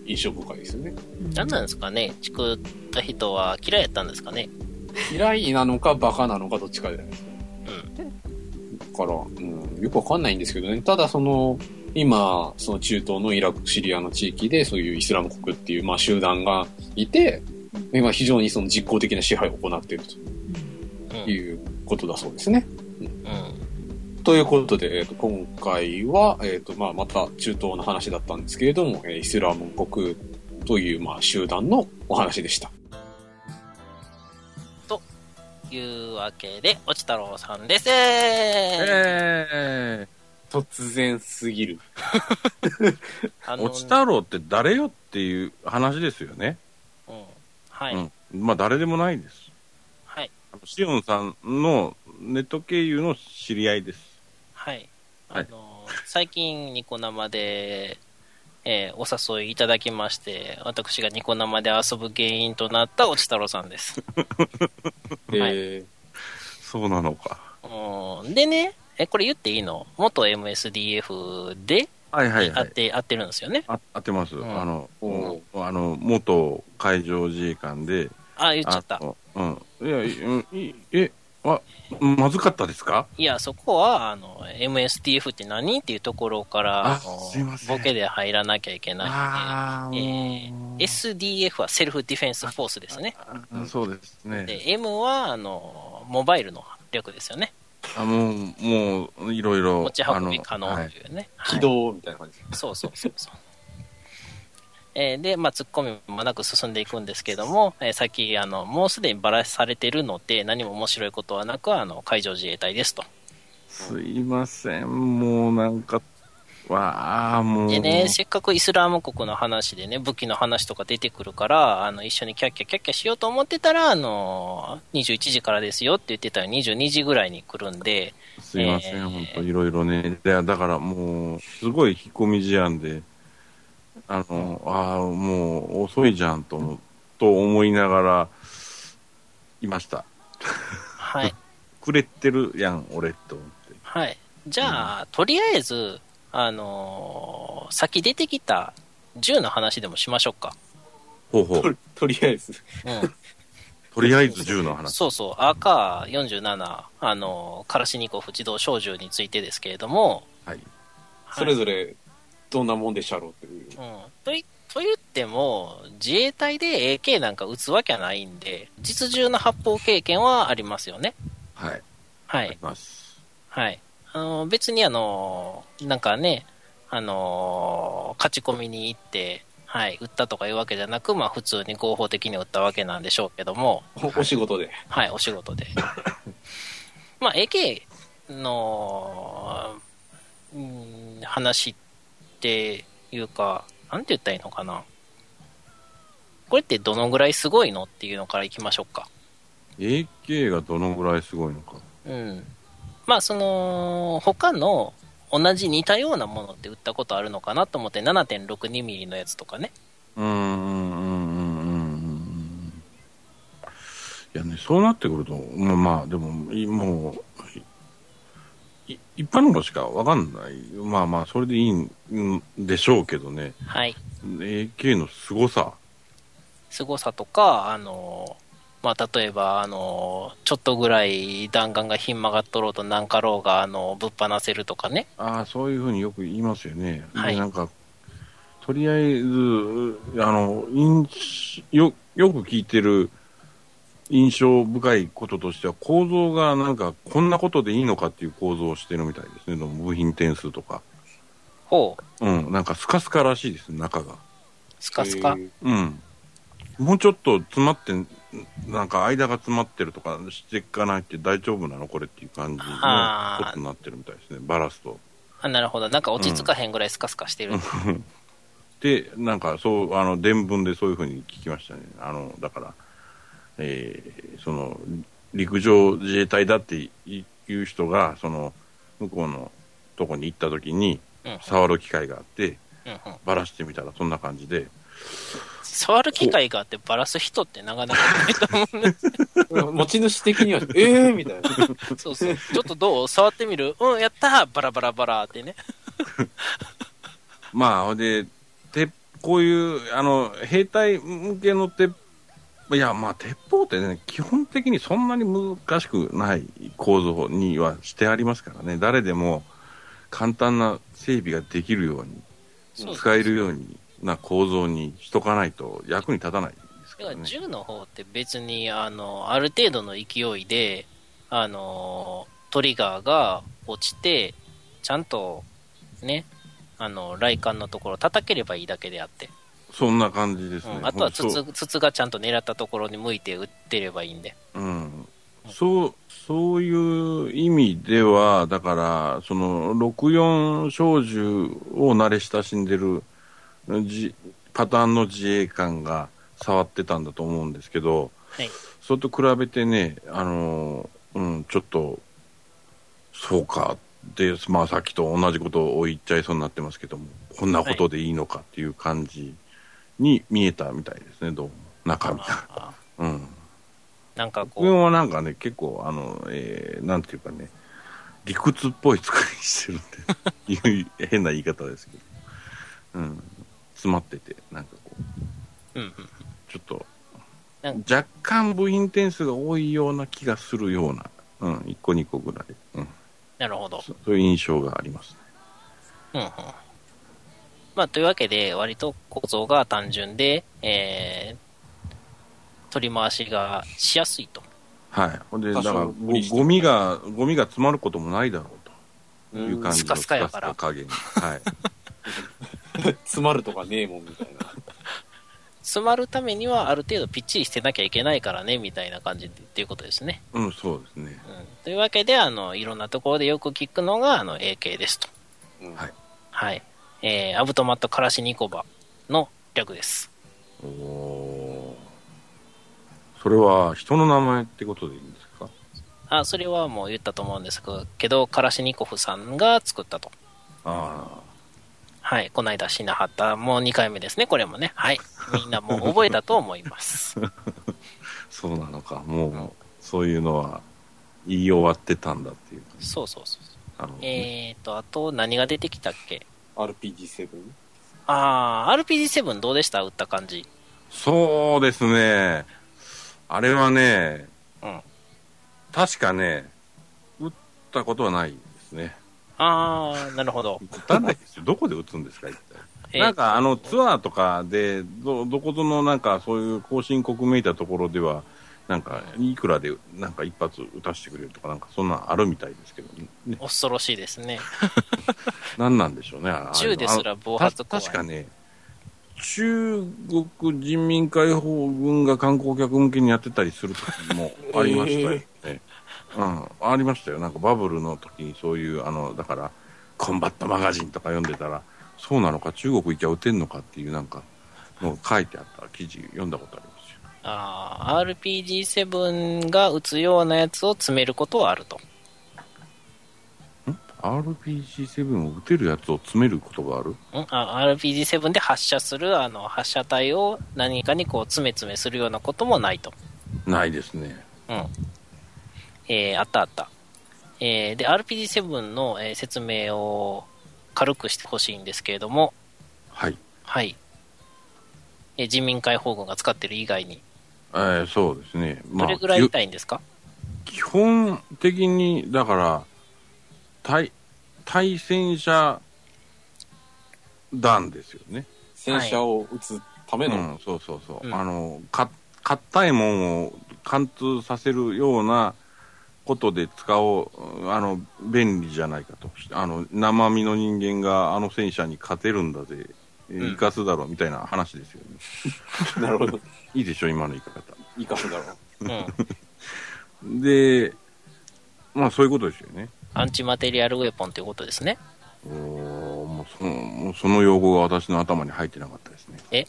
C: 印象深いですよね。
D: 何なんですかね作った人は嫌いやったんですかね
C: 嫌いなのかバカなのかどっちかじゃないですか。だ
D: う
C: から、うん、よくわかんないんですけどね。ただその、今、その中東のイラク、シリアの地域で、そういうイスラム国っていう、まあ集団がいて、今非常にその実効的な支配を行っている
D: う
C: と
D: ん。
C: いうことだそうですね。
D: うん。
C: ということで、えー、と今回は、えーとまあ、また中東の話だったんですけれども、えーイスラム国という、まあ、集団のお話でした。
D: いうわけで、落ち太郎さんです。え
E: え
C: 突然すぎる。
D: ー、あ
E: ー、落ち太郎って誰よっていう話ですよね。
D: うん。はい。
E: うん。まあ、誰でもないです。
D: はい。
E: あのシオンさんのネット経由の知り合いです。
D: はい。
E: は
D: あ
E: い
D: の、最近、ニコ生で、えーお誘いいただきまして、私がニコ生で遊ぶ原因となった落ち太郎さん
E: [LAUGHS]
D: です。
C: え
E: そうなのか。
D: うん。でね、え、これ言っていいの元 MSDF で、
E: はいはい
D: あ
E: は
D: っ
E: い。
D: て、合ってるんですよね。
E: あ合ってます。
D: ん
E: あの、
C: お
E: あの、元海上自衛官で、
D: あ、言っちゃった
E: あ。のうん。いや、いうんいえ、あ、まずかったですか
D: いや、そこは、あの、MSTF って何っていうところから、
E: あ
D: あの
E: すいません
D: ボケで入らなきゃいけない
E: あ
D: んで、えー SDF はセルフディフェンスフォースですね。
E: あ、そうですね。
D: で、M は、あの、モバイルの略ですよね。
E: あ、もう、もう、いろいろ。
D: 持ち運び可能
E: あのは
D: と
E: い
D: いうね。
C: ー、起動みたいな感じです。
D: そうそうそうそう。えーで、まあ、ツッコミもなく進んでいくんですけども、えーさっき、あの、もうすでにバラされてるので、何も面白いことはなく、あの、海上自衛隊ですと。
E: すいません、もうなんか、わあ、もう。
D: でね、せっかくイスラム国の話でね、武器の話とか出てくるから、あの、一緒にキャッキャキャッキャしようと思ってたら、あの、21時からですよって言ってたら22時ぐらいに来るんで、
E: すいません、
D: えー
E: 本当いろいろね。でだからもう、すごい引っ込み思案で、あの、ああ、もう遅いじゃんと思う、と思いながら、いました。
D: はい、
E: くれてるやん、俺、と思って。
D: はい。じゃあ、とりあえず、あのー先出てきた銃の話でもしましょうか。
E: ほうほ
C: と
E: う。
C: とりあえず。
D: [LAUGHS] う
E: とりあえず銃の
D: ん。
E: 話。
D: そうそう、AK47、あのーカラシニコフ自動小銃についてですけれども、
E: はい。
D: はい
C: それぞれどんなもんでしゃろうっていう。
D: うんといと言っても、自衛隊で AK なんか撃つわけはないんで、実銃の発砲経験はありますよね。
E: はい。
D: は
E: あり
D: い。
E: ます。
D: はい。あの別にあの、なんかね、あの、勝ち込みに行って、はい、撃ったとかいうわけじゃなく、まあ普通に合法的に撃ったわけなんでしょうけども、
C: おお仕事で。
D: はい、お仕事で。まあ AK の、うん話っていうか、なんて言ったらいいのかな。これってどのぐらいすごいのっていうのからいきましょうか。
E: AK がどのぐらいすごいのか。
D: うん。まあ、その、他の同じ似たようなものって売ったことあるのかなと思って、7.62ミリのやつとかね。
E: うーんうんうんうんうんいやね、そうなってくると、まあ、まあ、でも、いもう、い一般ののしかわかんない。まあまあ、それでいいんでしょうけどね。
D: はい。
E: AK の凄さ。
D: 凄さとか、あの、まあ、例えば、あの、ちょっとぐらい弾丸がひん曲がっとろうとなんかろうが、あの、ぶっ放せるとかね。
E: ああ、そういうふうによく言いますよね。で
D: はい
E: なんか、とりあえず、あの、印よ、よく聞いてる印象深いこととしては、構造がなんか、こんなことでいいのかっていう構造をしてるみたいですね。どうも部品点数とか。
D: ほう、
E: うん、なんかスカスカらしいです、中が。
D: スカスカ。
C: えー
E: うん。もうちょっと詰まってん、なんか間が詰まってるとかしていかないって大丈夫なのこれっていう感じの
D: あー
E: ことになってるみたいですね、バラすと。
D: あなるほど。なんか落ち着かへんぐらいスカスカしてる。
E: で、なんかそう、あの、伝聞でそういうふうに聞きましたね。あの、だから、えーその、陸上自衛隊だっていう人が、その、向こうのとこに行った時に
D: うん、
E: 触る機会があって、
D: うんうん
E: バラしてみたらそんな感じで、
D: 触る機会があってバラす人ってなかなかいないと思うんで
C: 持ち主的
E: [LAUGHS]
C: には、ええみたいな。
D: [LAUGHS] そうそう。ちょっとどう触ってみるうん、やったーバラバラバラってね。
E: まあ、ほんで、てこういう、あの、兵隊向けの鉄、いや、まあ、鉄砲ってね、基本的にそんなに難しくない構造にはしてありますからね、誰でも簡単な整備ができるように、
D: そう
E: 使えるようにな構造にしとかないと役に立たないです
D: だか
E: か
D: らら
E: ね。
D: 銃の方って別に、あの、ある程度の勢いで、あの、トリガーが落ちて、ちゃんと、ね、あの、雷管のところ叩ければいいだけであって。
E: そんな感じです
D: う
E: ね。
D: ん、あとは
E: そう
D: 筒、筒がちゃんと狙ったところに向いて撃ってればいいんで。
E: うん、そうそういう意味では、だから、その64小銃を慣れ親しんでるじパターンの自衛官が触ってたんだと思うんですけど、
D: はい
E: それと比べてね、あのうん、ちょっと、そうかで、まあ、さっきと同じことを言っちゃいそうになってますけども、こんなことでいいのかっていう感じに見えたみたいですね、どうも、中身が。
D: あ
E: うん
D: ーなんかこ
E: 僕
D: う、
E: はなんかね、結構、あの、えー、なんていうかね、理屈っぽい作りして
D: [LAUGHS]
E: るんで、いう変な言い方ですけど、うん、詰まってて、なんかこう、
D: うんうん、
E: ちょっと
D: なん、
E: 若干部品点数が多いような気がするような、うん、1個2個ぐらい、うん、
D: なるほど。
E: そそういう印象がありますね。
D: うんうんまあ、というわけで、割と構造が単純で、えー、取り回しがしやすいと。
E: はい。ほんで、だ
C: 多
E: から、
C: 少
E: ご
C: 無理して
E: ゴミが、ゴミが詰まることもないだろうという感じ
D: スカスカやから
E: スカスカ加減はい。
C: 詰まるとかねえもんみたいな。
D: 詰まるためには、ある程度ぴっちりしてなきゃいけないからね、みたいな感じでっていうことですね。
E: うん、そうですね。
D: うん、というわけで、あの、いろんなところでよく聞くのが、あの、AK ですと。
C: うん
E: はい
D: はい。えー、アブトマット・カラシニコバの略です。
E: おおーそれは人の名前ってことでいいんですか
D: あ、それはもう言ったと思うんですけど、カラシニコフさんが作ったと。
E: あ
D: はい。この間死なはった。もう2回目ですね、これもね。はい。みんなもう覚えたと思います。
E: あそうなのかもう、そういうのは言い終わってたんだっていう
D: そうそうそうそう。
E: なるほどね
D: えーと、あと何が出てきたっけ
C: RPG7?
D: あー、RPG7 どうでした打った感じ。
E: そうですねあれはね、
D: うん
E: 確かね打ったことはないですね
D: あー、なるほど。
E: 打たないですよどこで打つんですか一体
D: えー
E: [LAUGHS] なんかあのツアーとかでど、どこぞのなんかそういう後進国めいたところでは、なんかいくらでなんか一発打たせてくれるとか、なんかそんなんあるみたいですけどね、ね
D: 恐ろしいですね。
E: なんなんでしょうね、あ
D: 銃ですら暴発
E: た
D: 怖い
E: 確かね、中国人民解放軍が観光客向けにやってたりする
D: [LAUGHS]
E: 時もありましたよね、うん、ありましたよ、なんかバブルの時にそういう、あのだから、コンバットマガジンとか読んでたら、そうなのか、中国行きゃ撃てんのかっていう、なんか、もう書いてあった記事、読んだことありますよ。
D: あー RPG7 が打つようなやつを詰めることはあると。
E: RPG7 を撃てるやつを詰めることがある
D: んあ RPG7 で発射するあの発射体を何かにこう詰め詰めするようなこともないと。
E: ないですね。
D: うん。えーあったあった。えーで、RPG7 の、えー説明を軽くしてほしいんですけれども、
E: はい。
D: はい。えー人民解放軍が使ってる以外に、
E: えーそうですね。ま
D: ど
E: あ
D: れぐらい痛いんですか、
E: 基本的に、だから、対、対戦車弾ですよね。
C: 戦車を撃つため
E: う
C: の、
E: ん、そうそうそう。
D: うん
E: あの、か、硬いもんを貫通させるようなことで使おう、あの、便利じゃないかと。あの、生身の人間があの戦車に勝てるんだぜ、えー
D: うん
E: 生かすだろうみたいな話ですよね。
C: なるほど。
E: いいでしょ、今の言い方。
C: 生かすだろう。
D: うん。
E: で、まあそういうことですよね。
D: アンチマテリアルウェポンということですね。
E: おーもうそのもうその用語が私の頭に入ってなかったですね。 [LAUGHS]
D: え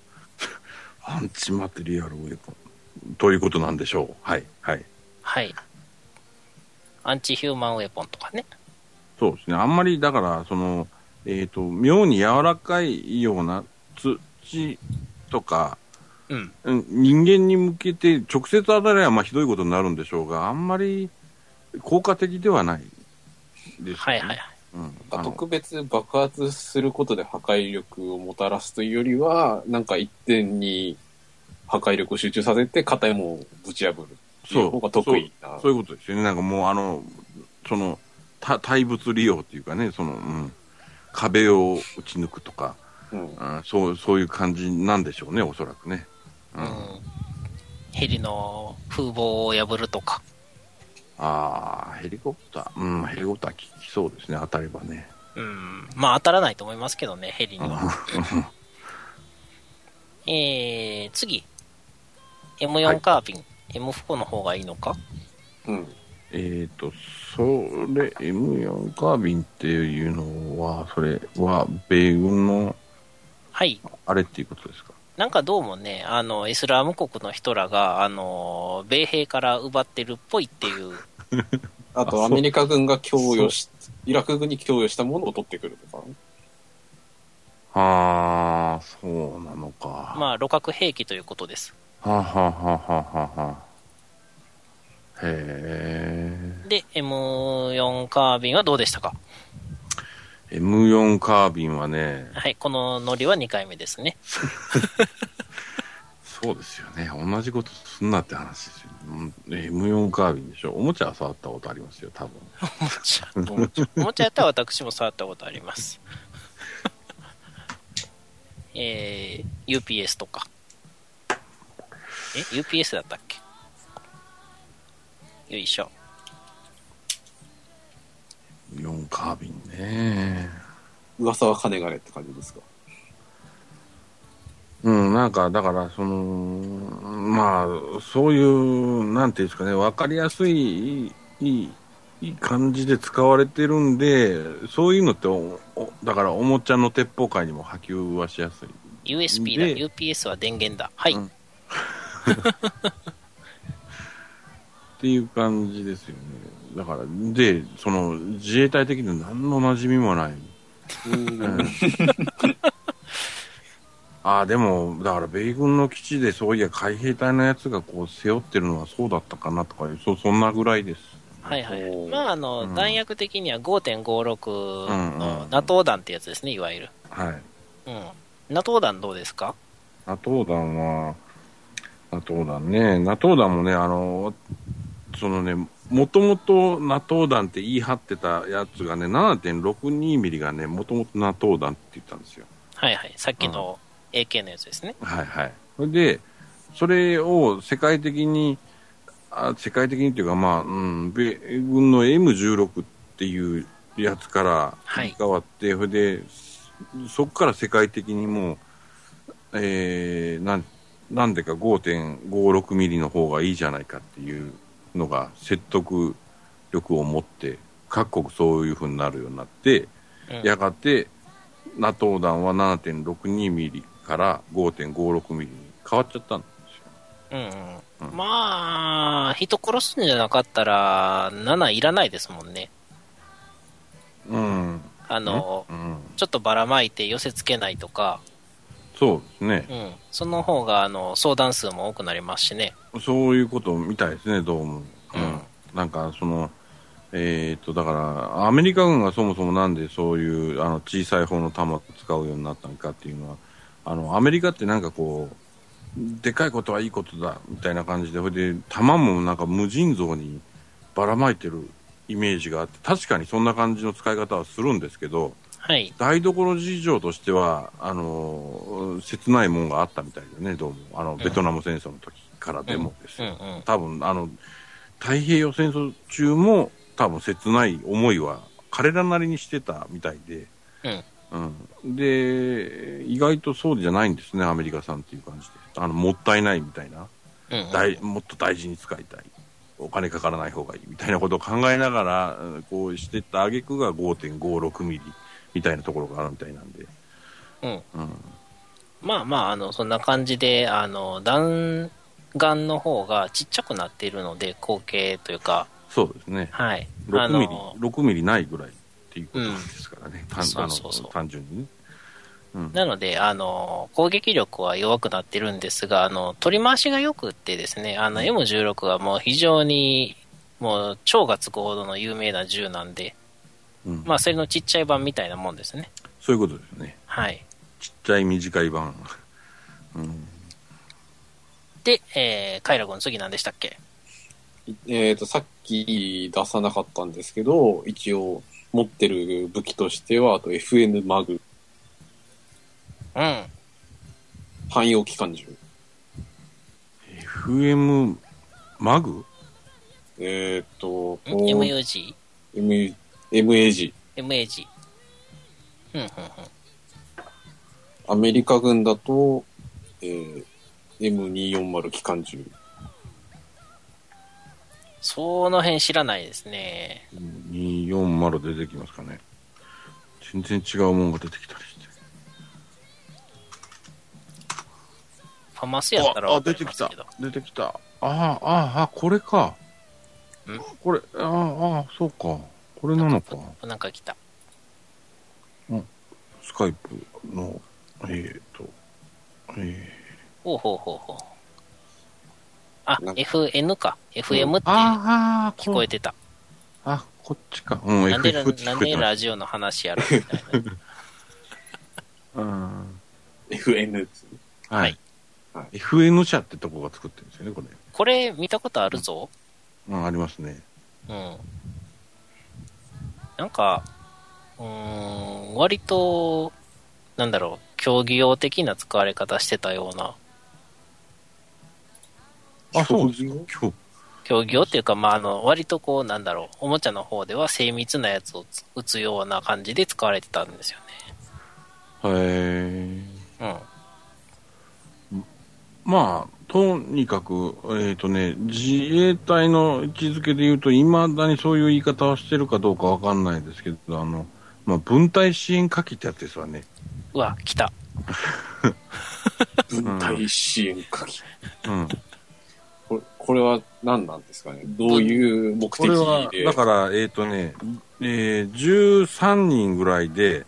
E: アンチマテリアルウェポン。ということなんでしょう。はい。はい。
D: はい。アンチヒューマンウェポンとかね。
E: そうですね。あんまり、だから、その、えっ、と、妙に柔らかいような土とか、
D: うん。
E: うん人間に向けて直接当たりゃまあひどいことになるんでしょうが、あんまり効果的ではないです、
D: はいはいはい。
E: うん、あの
C: 特別爆発することで破壊力をもたらすというよりは、なんか一点に破壊力を集中させて、型もぶち破るっていう方が得意な。
E: そういうことですよね、なんかもう、あのそのた対物利用っていうかね、そのうん、壁を打ち抜くとか、
C: うん
E: うんそう、そういう感じなんでしょうね、おそらくね。うんあ
D: うん。ヘリの風防を破るとか。
E: あー、ヘリコプター、うん、ヘリコプター効きそうですね、当たればね。
D: うん。まあ当たらないと思いますけどね、ヘリに
E: うん
D: は。えー、次。
E: は
D: M4
E: い
D: カービン。M4 の方がいいのか
C: うん。
E: [LAUGHS] えっ、と、それ、M4 カービンっていうのは、それは米軍の
D: はい。
E: あれっていうことですか
D: なんかどうもね、あの、イスラム国の人らが、あの、米兵から奪ってるっぽいっていう、
C: あ
E: あそう
C: と、アメリカ軍が供与し、イラク軍に供与したものを取ってくるとか。
E: ああ、そうなのか。
D: まあ、露覚兵器ということです。
E: はあ、はあはあはあはあ、へ
D: で、M4 カービンはどうでしたか
E: え。M4 カービンはね、
D: はい、このノリは2回目です
E: [LAUGHS]
D: ね。
E: そうですよね。同じことすんなって話ですよ、ね。うん M4 カービンでしょ。おもちゃは触ったことありますよ、多分。
D: おもちゃ。おもちゃやったら私も触ったことあります。 [LAUGHS] えー、UPS とか。え、UPS だったっけよいしょ。
E: M4 カービンね。
C: 噂は金がねって感じですか。
E: うん、なんか、だから、その、まあ、そういう、なんていうんですかね、わかりやすい、いい、いいいい感じで使われてるんで、そういうのってお、おだから、おもちゃの鉄砲界にも波及はしやすい。
D: USB だ、
E: で
D: UPS は電源だ。はい。
E: うんっていう感じですよね。だから、で、その、自衛隊的に何の馴染みもない。うん、ああ、でも、だから、米軍の基地で、そういや、海兵隊のやつがこう、背負ってるのはそうだったかなとかいう、そそんなぐらいです。
D: はいはい
C: お。ー
D: まあ、あの、
E: うん
D: 弾薬的には5.56
E: うんう
D: の
E: ん
D: NATO 弾ってやつですね、いわゆる。
E: はい。
D: うん。NATO 弾どうですか
E: NATO 弾は、NATO 弾ね、NATO 弾もね、あの、そのね、もともと NATO 弾って言い張ってたやつがね、7.62ミリがね、もともと NATO 弾って言ったんですよ。
D: はいはい。さっきの AK のやつですね。
E: はいはい。それで、それを世界的に、あ世界的にっていうか、まあ、うん、米軍の M16 っていうやつから
D: はい
E: 変わって、それで、そこから世界的にもう、えー、なん、なんでか5.56ミリの方がいいじゃないかっていうのが説得力を持って、各国そういう風になるようになって、
D: うん
E: やがて NATO 弾は7.62ミリから5.56ミリに変わっちゃったんですよ。
D: うんうん
E: うん
D: まあ、人殺すんじゃなかったら、7いらないですもんね。
E: うん。
D: あの、
E: うん。
D: ちょっとばらまいて寄せつけないとか、
E: そうですね。
D: うん。その方が、あの、相談数も多くなりますしね。
E: そういうことみたいですね、どうも。う
D: うん
E: ん。なんか、その、えーっと、だから、アメリカ軍がそもそもなんでそういう、あの、小さい方の弾を使うようになったのかっていうのは、あの、アメリカってなんかこう、でかいことはいいことだ、みたいな感じで、ほいで、弾もなんか無尽蔵にばらまいてるイメージがあって、確かにそんな感じの使い方はするんですけど、
D: はい。
E: 台所事情としては、あの、切ないもんがあったみたいだね、どうも。あの、ベトナム戦争の時からでもです
D: うん
E: よ
D: うん。
E: 多分あの太平洋戦争中も多分切ない思いは彼らなりにしてたみたいで、うんで意外とそうじゃないんですねアメリカさんっていう感じであのもったいないみたいな、
D: うんうん。
E: 大もっと大事に使いたいお金かからない方がいいみたいなことを考えながらうんこうしてった挙句が5.56ミリみたいなところがあるみたいなんで、
D: うん
E: うん、
D: まあまあ、あの、そんな感じで、あの、弾丸の方がちっちゃくなっているので、口径というか、
E: そうですね
D: はい。あ
E: 6ミリ、
D: の、
E: 6ミリないぐらいっていうことですからね、単
D: そうそうそう
E: あの単純にね。うん
D: なので、あの、攻撃力は弱くなってるんですが、あの、取り回しが良くってですね、あの、M16 はもう非常に、もう、超がつくほどの有名な銃なんで、
E: うん
D: まあ、それのちっちゃい版みたいなもんですね。
E: そういうことですね
D: はい。
E: ちっちゃい短い版、うん、
D: で、えー、カイラ君次何でしたっけ
C: えっ、と、さっき出さなかったんですけど、一応持ってる武器としては、あと FN マグ、
D: うん。
C: 汎用機関銃。
E: FM マグ
C: えっ、と、
D: ん ?MUG?
C: M- MAG。
D: MAG? うん、うん、うん。
C: アメリカ軍だと、えー M240 機関銃。
D: その辺知らないですね。
E: 240出てきますかね全然違うもんが出てきたりして
D: ファマスやったら
E: ああ
D: わか
E: 出
D: り
E: て
D: ま
E: き
D: す
E: た
D: けど。
E: 出てきたああああこれか
D: ん
E: これあああそうかこれなのか
D: なんか来た。
E: スカイプのえっ、とえ
D: ほうほうほうほう。あ、
C: なん
D: FN か。FM っ
E: ー、
D: て
E: ああ
D: 聞こえてた。
E: あこっちかうん
D: なんでラ
E: FF って聞
D: なん
E: こえ
D: で
E: てま
D: ラジオの話
E: [LAUGHS]
D: やろみたいな。
E: すうん
C: FN。
E: は
D: はいい、
E: はい FN 社ってとこが作ってるんですよねこれ、
D: これ見たことあるぞ。
E: うん、ありますね
D: うん。なんか、うーん、割と、なんだろう、競技用的な使われ方してたような。
E: あそうですか今日
D: 競技用っていうか、まあ、あの、割とこう、なんだろう、おもちゃの方では精密なやつをつ打つような感じで使われてたんですよ
E: へえ
D: ね。
E: まあ、とにかく、えっ、とね、自衛隊の位置づけで言うと、いまだにそういう言い方をしてるかどうかわかんないですけど、あの、まあ、分隊支援火器ってやつですわね。
D: うん。うわ、来た。
C: 分隊支援火器。
E: うん。
C: これこれは何なんですかねどういう目
E: こ
C: 的
E: れは、
C: で
E: だから、えっ、とね、えー13人ぐらいで、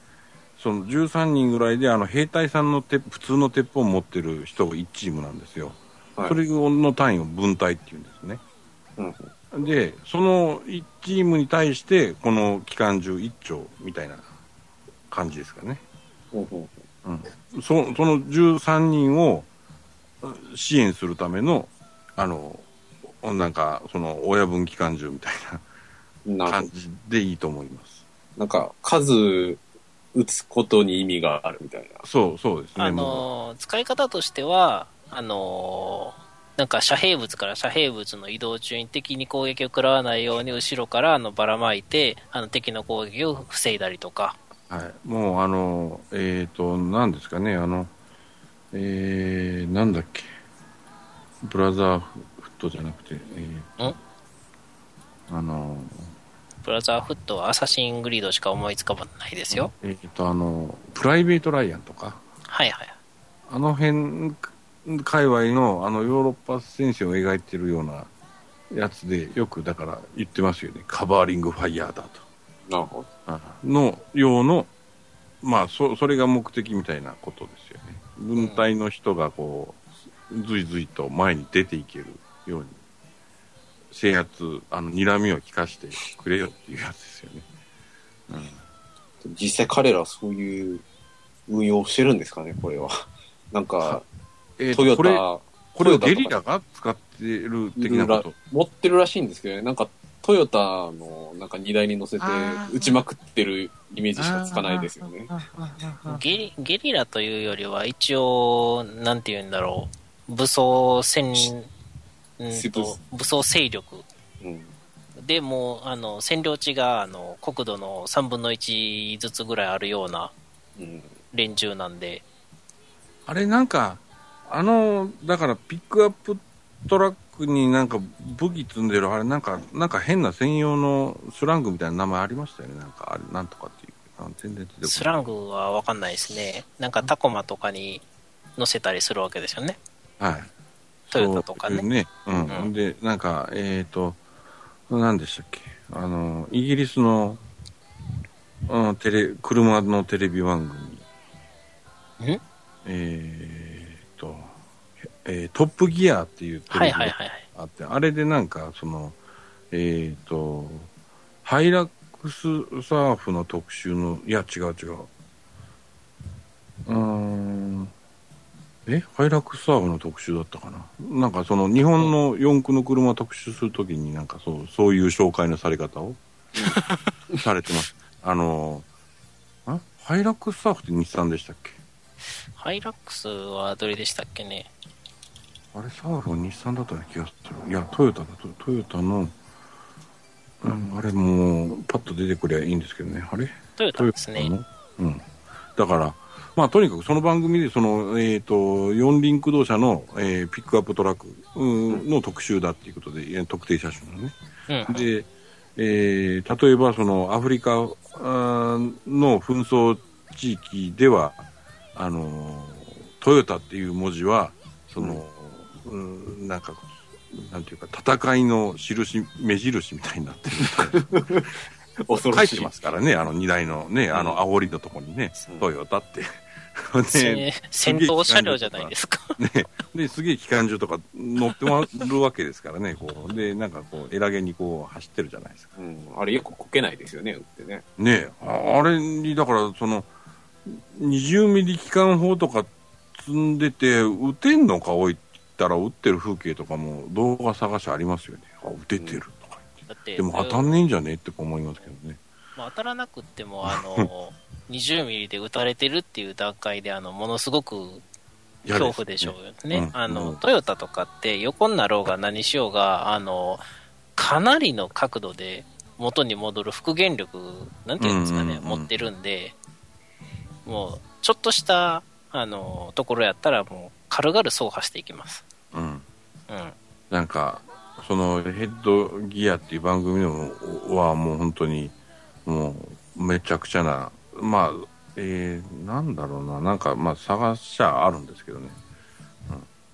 E: その13人ぐらいで、あの、兵隊さんの鉄普通の鉄砲を持ってる人が1チームなんですよ。
C: はい
E: それの単位を分隊って言うんですね。
C: うん
E: で、その1チームに対して、この機関銃1丁みたいな感じですかね。
C: うんうん
E: そその13人をうん支援するための、あの、なんか、その、親分機関銃みたい
C: な
E: なん
C: か
E: 感じでいいと思います。
C: なんか、数打つことに意味があるみたいな。
E: そう、そうですね。
D: あ
E: も
D: のー使い方としては、あのーなんか遮蔽物から遮蔽物の移動中に敵に攻撃を食らわないように後ろからあのばらまいてあの敵の攻撃を防いだりとか、
E: う、はい。もう、あの、えっ、と、なんですかね、あの、えー、なんだっけ、ブラザーフットじゃなくて、えー
D: ん
E: あの、
D: ブラザーフットはアサシングリードしか思いつかばないですよ。
E: えっ、と、あの、プライベート・ライアンとか、
D: はいはい。
E: あの辺、界隈の、あの、ヨーロッパ戦線を描いてるようなやつで、よく、だから言ってますよね。カバーリング・ファイヤーだ
C: なるほ
E: と。の、用の、まあ、そ、それが目的みたいなことですよね。軍隊の人が、こう、ずいずいと前に出ていけるように、制圧、あの、睨みを利かしてくれよっていうやつですよね。
C: ど。実際彼らはそういう運用をしてるんですかねこれは。 [LAUGHS] なんか、
E: えーと
C: トヨ
E: これ、
C: タ、
E: これを
C: トヨ
E: ゲ
C: タとか
E: リラが使ってる的なこと。
C: 持ってるらしいんですけどね。なんか、トヨタのなんか荷台に乗せて
E: あー
C: 撃ちまくってるイメージしかつかないですよね。
D: ゲリゲリラというよりは一応なんて言うんだろう武装戦うんと武装勢力
C: うん。
D: でもうあの占領地があの国土の3分の1ずつぐらいあるような
C: うん。
D: 連中なんで、
E: あれなんか、あの、だからピックアップトラックになんか武器積んでる、あれなんか、なんか変な専用のスラングみたいな名前ありましたよね。なんか、あれ、なんとかっていう。あ全然出てこない。
D: スラングは分かんないですね、なんかタコマとかに載せたりするわけですよね、
E: はい。
D: トヨタとかね
E: そういううん。
D: うん
E: で、なんか、えっ、と、何でしたっけ。あの、イギリスの、うん、テレ、車のテレビ番組えーっと、えートップギアっていうテ
D: は
E: レ
D: い
E: ビが
D: はいはいはい。
E: あって、あれでなんか、その、えーっと、ハイラックスサーフの特集の、いや、違う違う。うーん。えハイラックスサーフの特集だったかななんかその日本の四駆の車を特集するときになんかそう、そういう紹介のされ
D: [LAUGHS]
E: 方をされてます。あの、あハイラックスサーフって日産でしたっけ
D: ハイラックスはどれでしたっけね
E: あれ、サーフは日産だったような気がする。いや、トヨタだと、トヨタの、うん、あれもう、パッと出てくりゃいいんですけどね。あれ
D: トヨタ
E: トヨ
D: です
E: タ
D: ね。
E: のうん。だから、まあ、とにかくその番組で、その、えっ、と、四輪駆動車の、えーピックアップトラックうんの特集だっていうことで、いや特定車種のね。
D: うん。
E: で、えー例えばそのアフリカあーの紛争地域ではあのートヨタっていう文字はその、うんなんかなんていうか戦いの印目印みたいになってる
C: 恐
E: 書
C: ろ
E: い
C: しい。
E: てますからねあの荷台のねあの煽りのとこにね、
C: うん
E: トヨタって。ね
D: せ戦闘車両じゃないですか。
E: ね、ですげえ機関銃とか乗ってまるわけですからね、こうでなんかこう、エラげにこう走ってるじゃないですか
C: うん、あれよくこけないですよね、打ってね。
E: ねえああれにだからその20ミリ機関砲とか積んでて撃てんのかおいって言ったら撃ってる風景とかも動画探しありますよねあ撃ててるとか言
D: だ
E: って、
D: って、
E: でも当たんねえんじゃねえってこう思いますけどね
D: まあ、当たらなくっても、あ
E: [LAUGHS]
D: の、20ミリで撃たれてるっていう段階で、あの、ものすごく
E: 嫌
D: 恐怖でしょ
E: ね
D: うね。
E: うん
D: あの、
E: うん
D: トヨタとかって横になろうが何しようが、あの、かなりの角度で元に戻る復元力、なんていうんですかね、
E: うんうんうん
D: 持ってるんで、もう、ちょっとした、あの、ところやったら、もう、軽々走破していきます。
E: うん
D: うん。
E: なんかそのヘッドギアっていう番組でもはもう本当にもうめちゃくちゃなまあえー、なんだろうななんかまあ探しちゃあるんですけどね、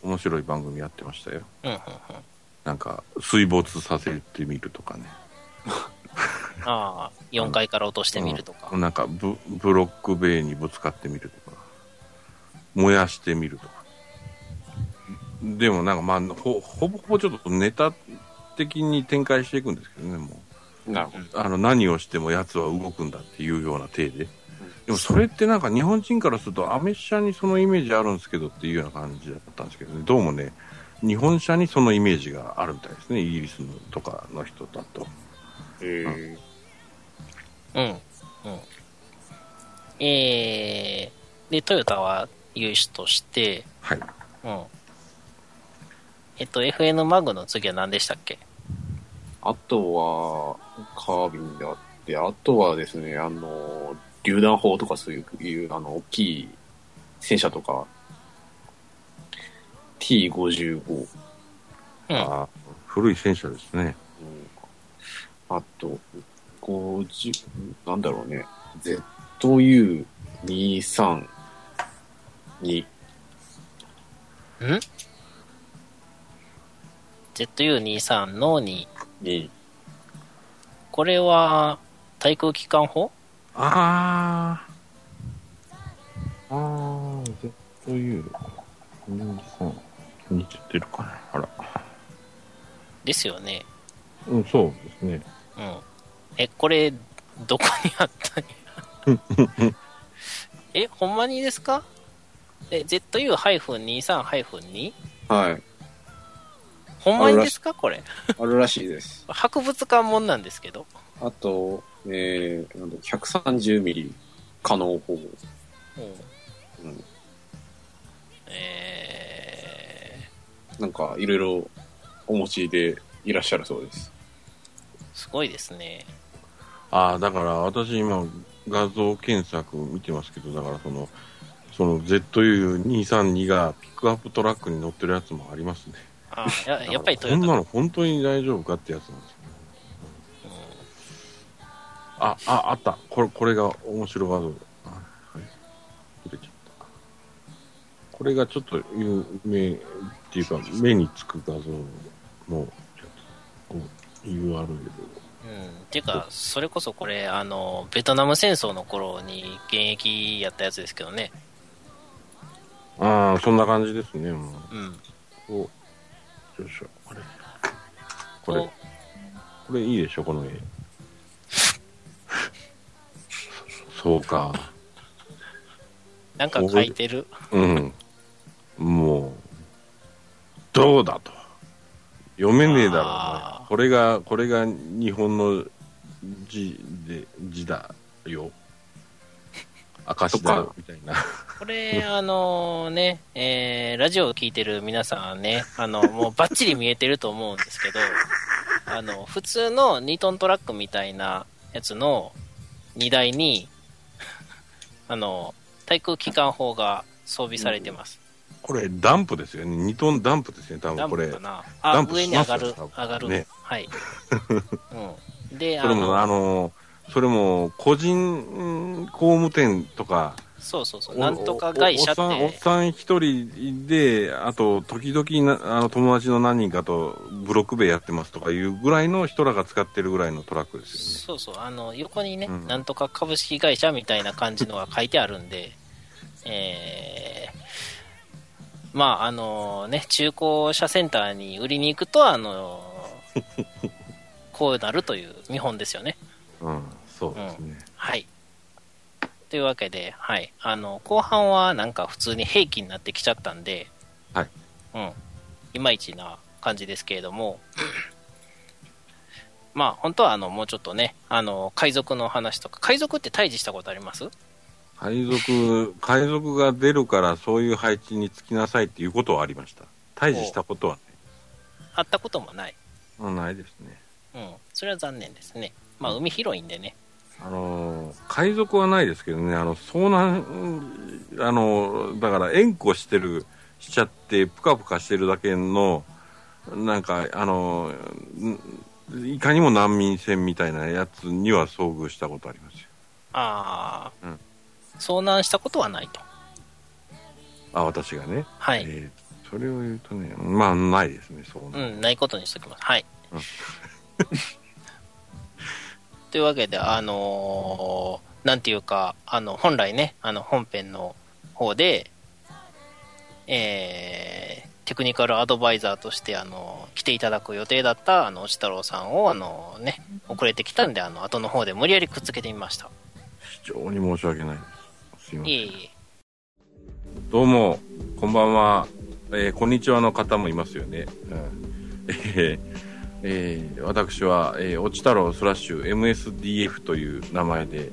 E: うん、面白い番組やってましたよ
D: うん、うん、うん。
E: なんか水没させてみるとかね
D: ああ、4階から落としてみるとか。
E: なんかブブロック塀にぶつかってみるとか燃やしてみるとかでもなんかまあほほぼほぼちょっとネタ的に展開していくんですけどねもう
C: なるほど。
E: あの何をしても奴は動くんだっていうような体で、でもそれってなんか日本人からすると、アメ車にそのイメージあるんですけどっていうような感じだったんですけどね、どうもね、日本車にそのイメージがあるみたいですね、イギリスのとかの人だと。
C: え
D: うん。うん。えー、で、トヨタは有志として、
E: はい、
D: うん。えっと、FN マグの次は何でしたっけ
C: あとは、カービンであって、あとはですね、あの、榴弾砲とかそういう、いうあの、大きい戦車とか、T55、うん
D: うん。
E: あー古い戦車ですね。
C: あと、50、なんだろうね、ZU232、
D: ZU23 の2。
C: に、
D: これは、対空機関砲
E: あー、あー、ZU、23、似てるかな、あら、
D: ですよね。
E: うん、そうですね。
D: うん。え、これ、どこにあったんや。
C: [LAUGHS]
D: え、ほんまにですかえ、ZU-23-2?
C: はい、
D: ほんまにですかこれ。
C: あるらしいです。
D: 博物館もんなんですけど。
C: あと、えー、なんだ130ミリ可能砲。うん
D: え
C: なんか、いろいろお持ちでいらっしゃるそうです。
D: ー、すごいですね。
E: ああ、だから私今画像検索見てますけど、だからその、その ZU232 がピックアップトラックに乗ってるやつもありますね。
D: あ
C: [LAUGHS]
D: ややっぱりト
E: こ
D: ヨ
E: ん
D: タ。
E: なの本当に大丈夫かってやつなんですよ。あ、あ、あった。これ、これが面白画像だ。あはい。出てきちゃった。これがちょっと有名っていうか、目につく画像の、ちょっと、こう URL を。
D: うん、っていうか、それこそこれ、あの、ベトナム戦争の頃に現役やったやつですけどね。
E: ああ、そんな感じですね。も
D: うん。
E: うおよいしょ。あれこれ
D: こ、
E: これいいでしょ、この絵。そうか。
D: う、なんか書いてる。
E: うん。もう、どうだと。読めねえだろう
D: あ
E: な
D: ー。
E: これが、これが日本の字で、字だよ。証だよ、みたいな。
D: これ、あのね、えーラジオを聞いてる皆さんね、あの、もうバッチリ見えてると思うんです
E: [LAUGHS]
D: けど、あの、普通の2トントラックみたいなやつの荷台に、 [LAUGHS] あの、対空機関砲が装備されてます。
E: これ、ダンプですよね。2トンダンプですね、多
D: ダ
E: 分
D: ン
E: これ。
D: プ
E: こ
D: か
E: れ
D: な
E: ダ
D: あ
E: ン、プ
D: 上
E: し
D: に
E: ま
D: 上
E: すよ
D: がる、上がる。
E: ね [LAUGHS]
D: はい。うん。で、あ
E: も、
D: の、
E: あの、それも、個人工務店とか、
D: そうそうそう、
E: お
D: なんとか会社っ、
E: おおっさんおってさん一人で、あと、時々なあの友達の何人かとブロック塀やってますとかいうぐらいの人らが使ってるぐらいのトラックです
D: そうそう、あの横にね、
E: うん
D: なんとか株式会社みたいな感じのが書いてあるんで、 [LAUGHS] えー、まあ、あのね、中古車センターに売りに行くと、あの
E: [LAUGHS]
D: こうなるという見本ですよね。
E: よね。うん、そうですね。
D: はい。というわけで、はい。あの、後半はなんか普通に兵器になってきちゃったんで、
E: はい。
D: うん。いまいちな感じですけれども、 [CLEARS THROAT] まあ、本当はあの、もうちょっとね、あの、海賊の話とか、海賊って退治したことあります
E: 海賊、海賊が出るからそういう配置につきなさいっていうことはありました。退治したことはね
D: 会ったこともない。
E: うんないですね。
D: うん。それは残念ですね。まあ、海広いんでね。
E: あのー海賊はないですけどね、あの遭難、うんあのーだから、縁故してる、しちゃって、ぷかぷかしてるだけの、なんか、あのーうんいかにも難民船みたいなやつには遭遇したことありますよ。
D: ああ、
E: うん
D: 遭難したことはないと。
E: あ、私がね。
D: はい。
E: えーそれを言うとね、まあ、ないですね、遭難。
D: うん、ないことにしときます。はい。
E: うん
D: というわけで、あのーなんていうか、あの、本来ね、あの、本編の方で、えーテクニカルアドバイザーとして、あの、来ていただく予定だった、あの、押太郎さんを、あの、ね、遅れてきたんで、あの、後の方で無理やりくっつけてみました。
E: 非常に申し訳ないです。すいませ
D: い
E: ん
D: えいえ。
E: どうも、こんばんは。えーこんにちはの方もいますよね。うんえーえー私は、えー、おち太郎スラッシュ MSDF という名前で、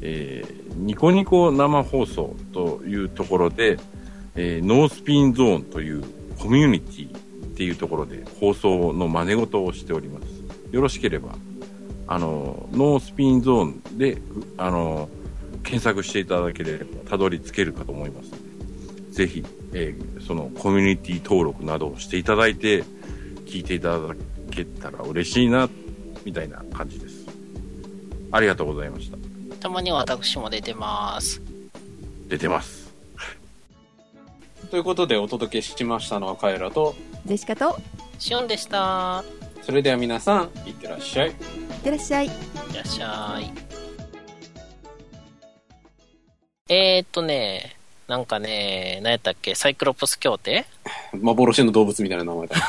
E: えーニコニコ生放送というところで、えーノースピンゾーンというコミュニティっていうところで放送の真似事をしております。よろしければ、あの、ノースピンゾーンで、あの、検索していただければたどり着けるかと思いますのでぜひ、えーそのコミュニティ登録などをしていただいて、聞いていただけたら嬉しいな、みたいな感じです。ありがとうございました。
D: たまには私も出てます。
E: 出てます。
C: ということでお届けしましたのはカエラと、
A: ジェシカと
D: シオンでした。
C: それでは皆さん、いってらっしゃい。
A: いってらっしゃい
D: いらっしゃい。えー、っとね、なんかね、何やったっけ、サイクロプス協定
C: 幻の動物みたいな名前だ。 [LAUGHS]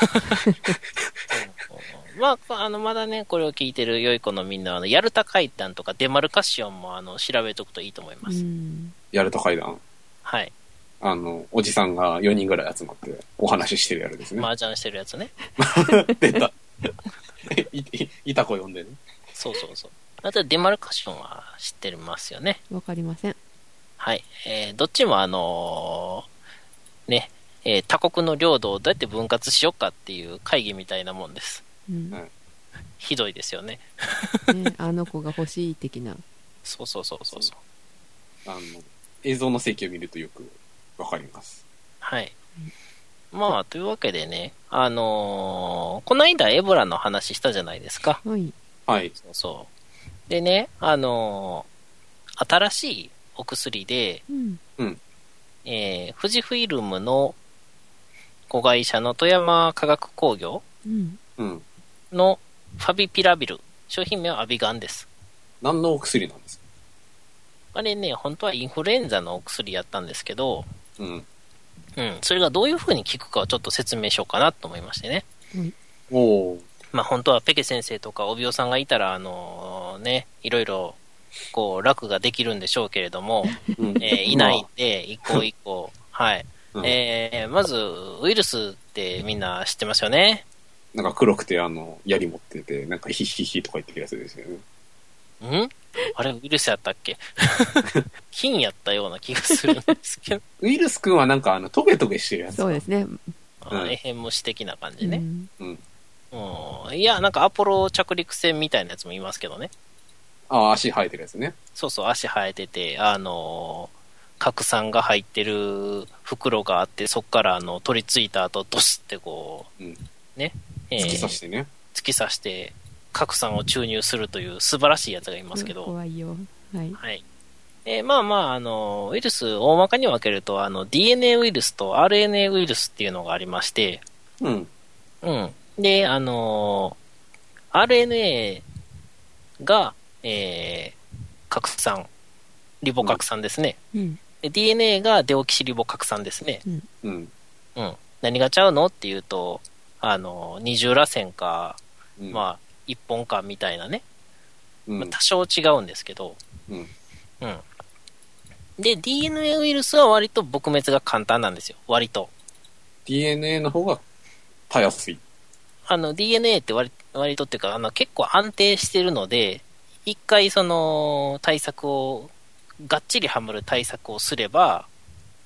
D: まあ、あの、まだね、これを聞いてる良い子のみんなは、あのヤルタ会談とかデマルカシオンも、あの、調べとくといいと思います。
A: うん
C: やると階段。
D: はい。
C: あの、おじさんが4人ぐらい集まってお話ししてるやるですね。
D: 麻雀してるやつね。
C: 出た。 [LAUGHS] い、い、いた子呼んでね。
D: そうそうそう。あと、デマルカシオンは知ってますよね。
A: わかりません
D: はい。えーどっちもあのーね、えー他国の領土をどうやって分割しようかっていう会議みたいなもんです。
A: うん
C: は
A: ね
C: い、
D: ひどいですよね。
A: あの子が欲しい的な
D: そうそうそうそうそう。
C: あの、映像の請求を見るとよくわかります。
D: はい。まあ、というわけでね、あのーこの間エボラの話したじゃないですか。
A: はい
C: はい。
D: そうそう。でね、あのー新しいお薬で、
A: うん
D: えー富士フイルムの子会社の富山化学工業
A: うん
C: うん。
D: のファビピラビル。商品名はアビガンです。
C: 何のお薬なんですか
D: あれね、本当はインフルエンザのお薬やったんですけど、
C: うん。
D: うん、それがどういう風に効くかをちょっと説明しようかなと思いましてね。
C: おー
D: まあ本当はペケ先生とか帯尾さんがいたら、あのね、いろいろ、こう、楽ができるんでしょうけれども、
C: うん
D: えーいないんで、一個一個、はい。
C: うん
D: えーまず、ウイルスってみんな知ってますよね。
C: なんか黒くて、あの、槍持ってて、なんかヒッヒッヒとか言ってるやつですよね。
D: んあれ、ウイルスやったっけ金やったような気がするんですけど、
C: ウイルス君はなんか、あの、トゲトゲしてるやつ。
A: そうですね。
D: あエヘン虫的な感じ
A: う
D: ね、
A: ん
D: うん。いや、なんかアポロ着陸船みたいなやつもいますけどね。
C: ああ、足生えてるやつね。
D: そうそう、足生えてて、あのー核酸が入ってる袋があって、そこからあの取り付いた後、ドスってこう、
C: うん
D: ね、えー
C: 突き刺してね。
D: 突き刺して、核酸を注入するという素晴らしいやつがいますけど、
A: 怖いよ。はい。
D: はい。えーまあまあ、あの、ウイルス、大まかに分けると、あの、DNA ウイルスと RNA ウイルスっていうのがありまして、
C: うん。
D: うん。で、あの、RNA が、えー、核酸、リボ核酸ですね。
A: うん。
D: で DNA がデオキシリボ核酸ですね。
C: うん。
D: うん。何がちゃうのっていうと、あの、二重螺旋か、
C: うん、あ、
D: まあ、一本かみたいなね。
C: うん
D: まあ、多少違うんですけど、
C: うん
D: うんで、DNA ウイルスは割と撲滅が簡単なんですよ、割と。
C: DNA の方が、たやすい。
D: あの、DNA って割割とっていうか、あの、結構安定してるので、一回その、対策を、がっちりはまる対策をすれば、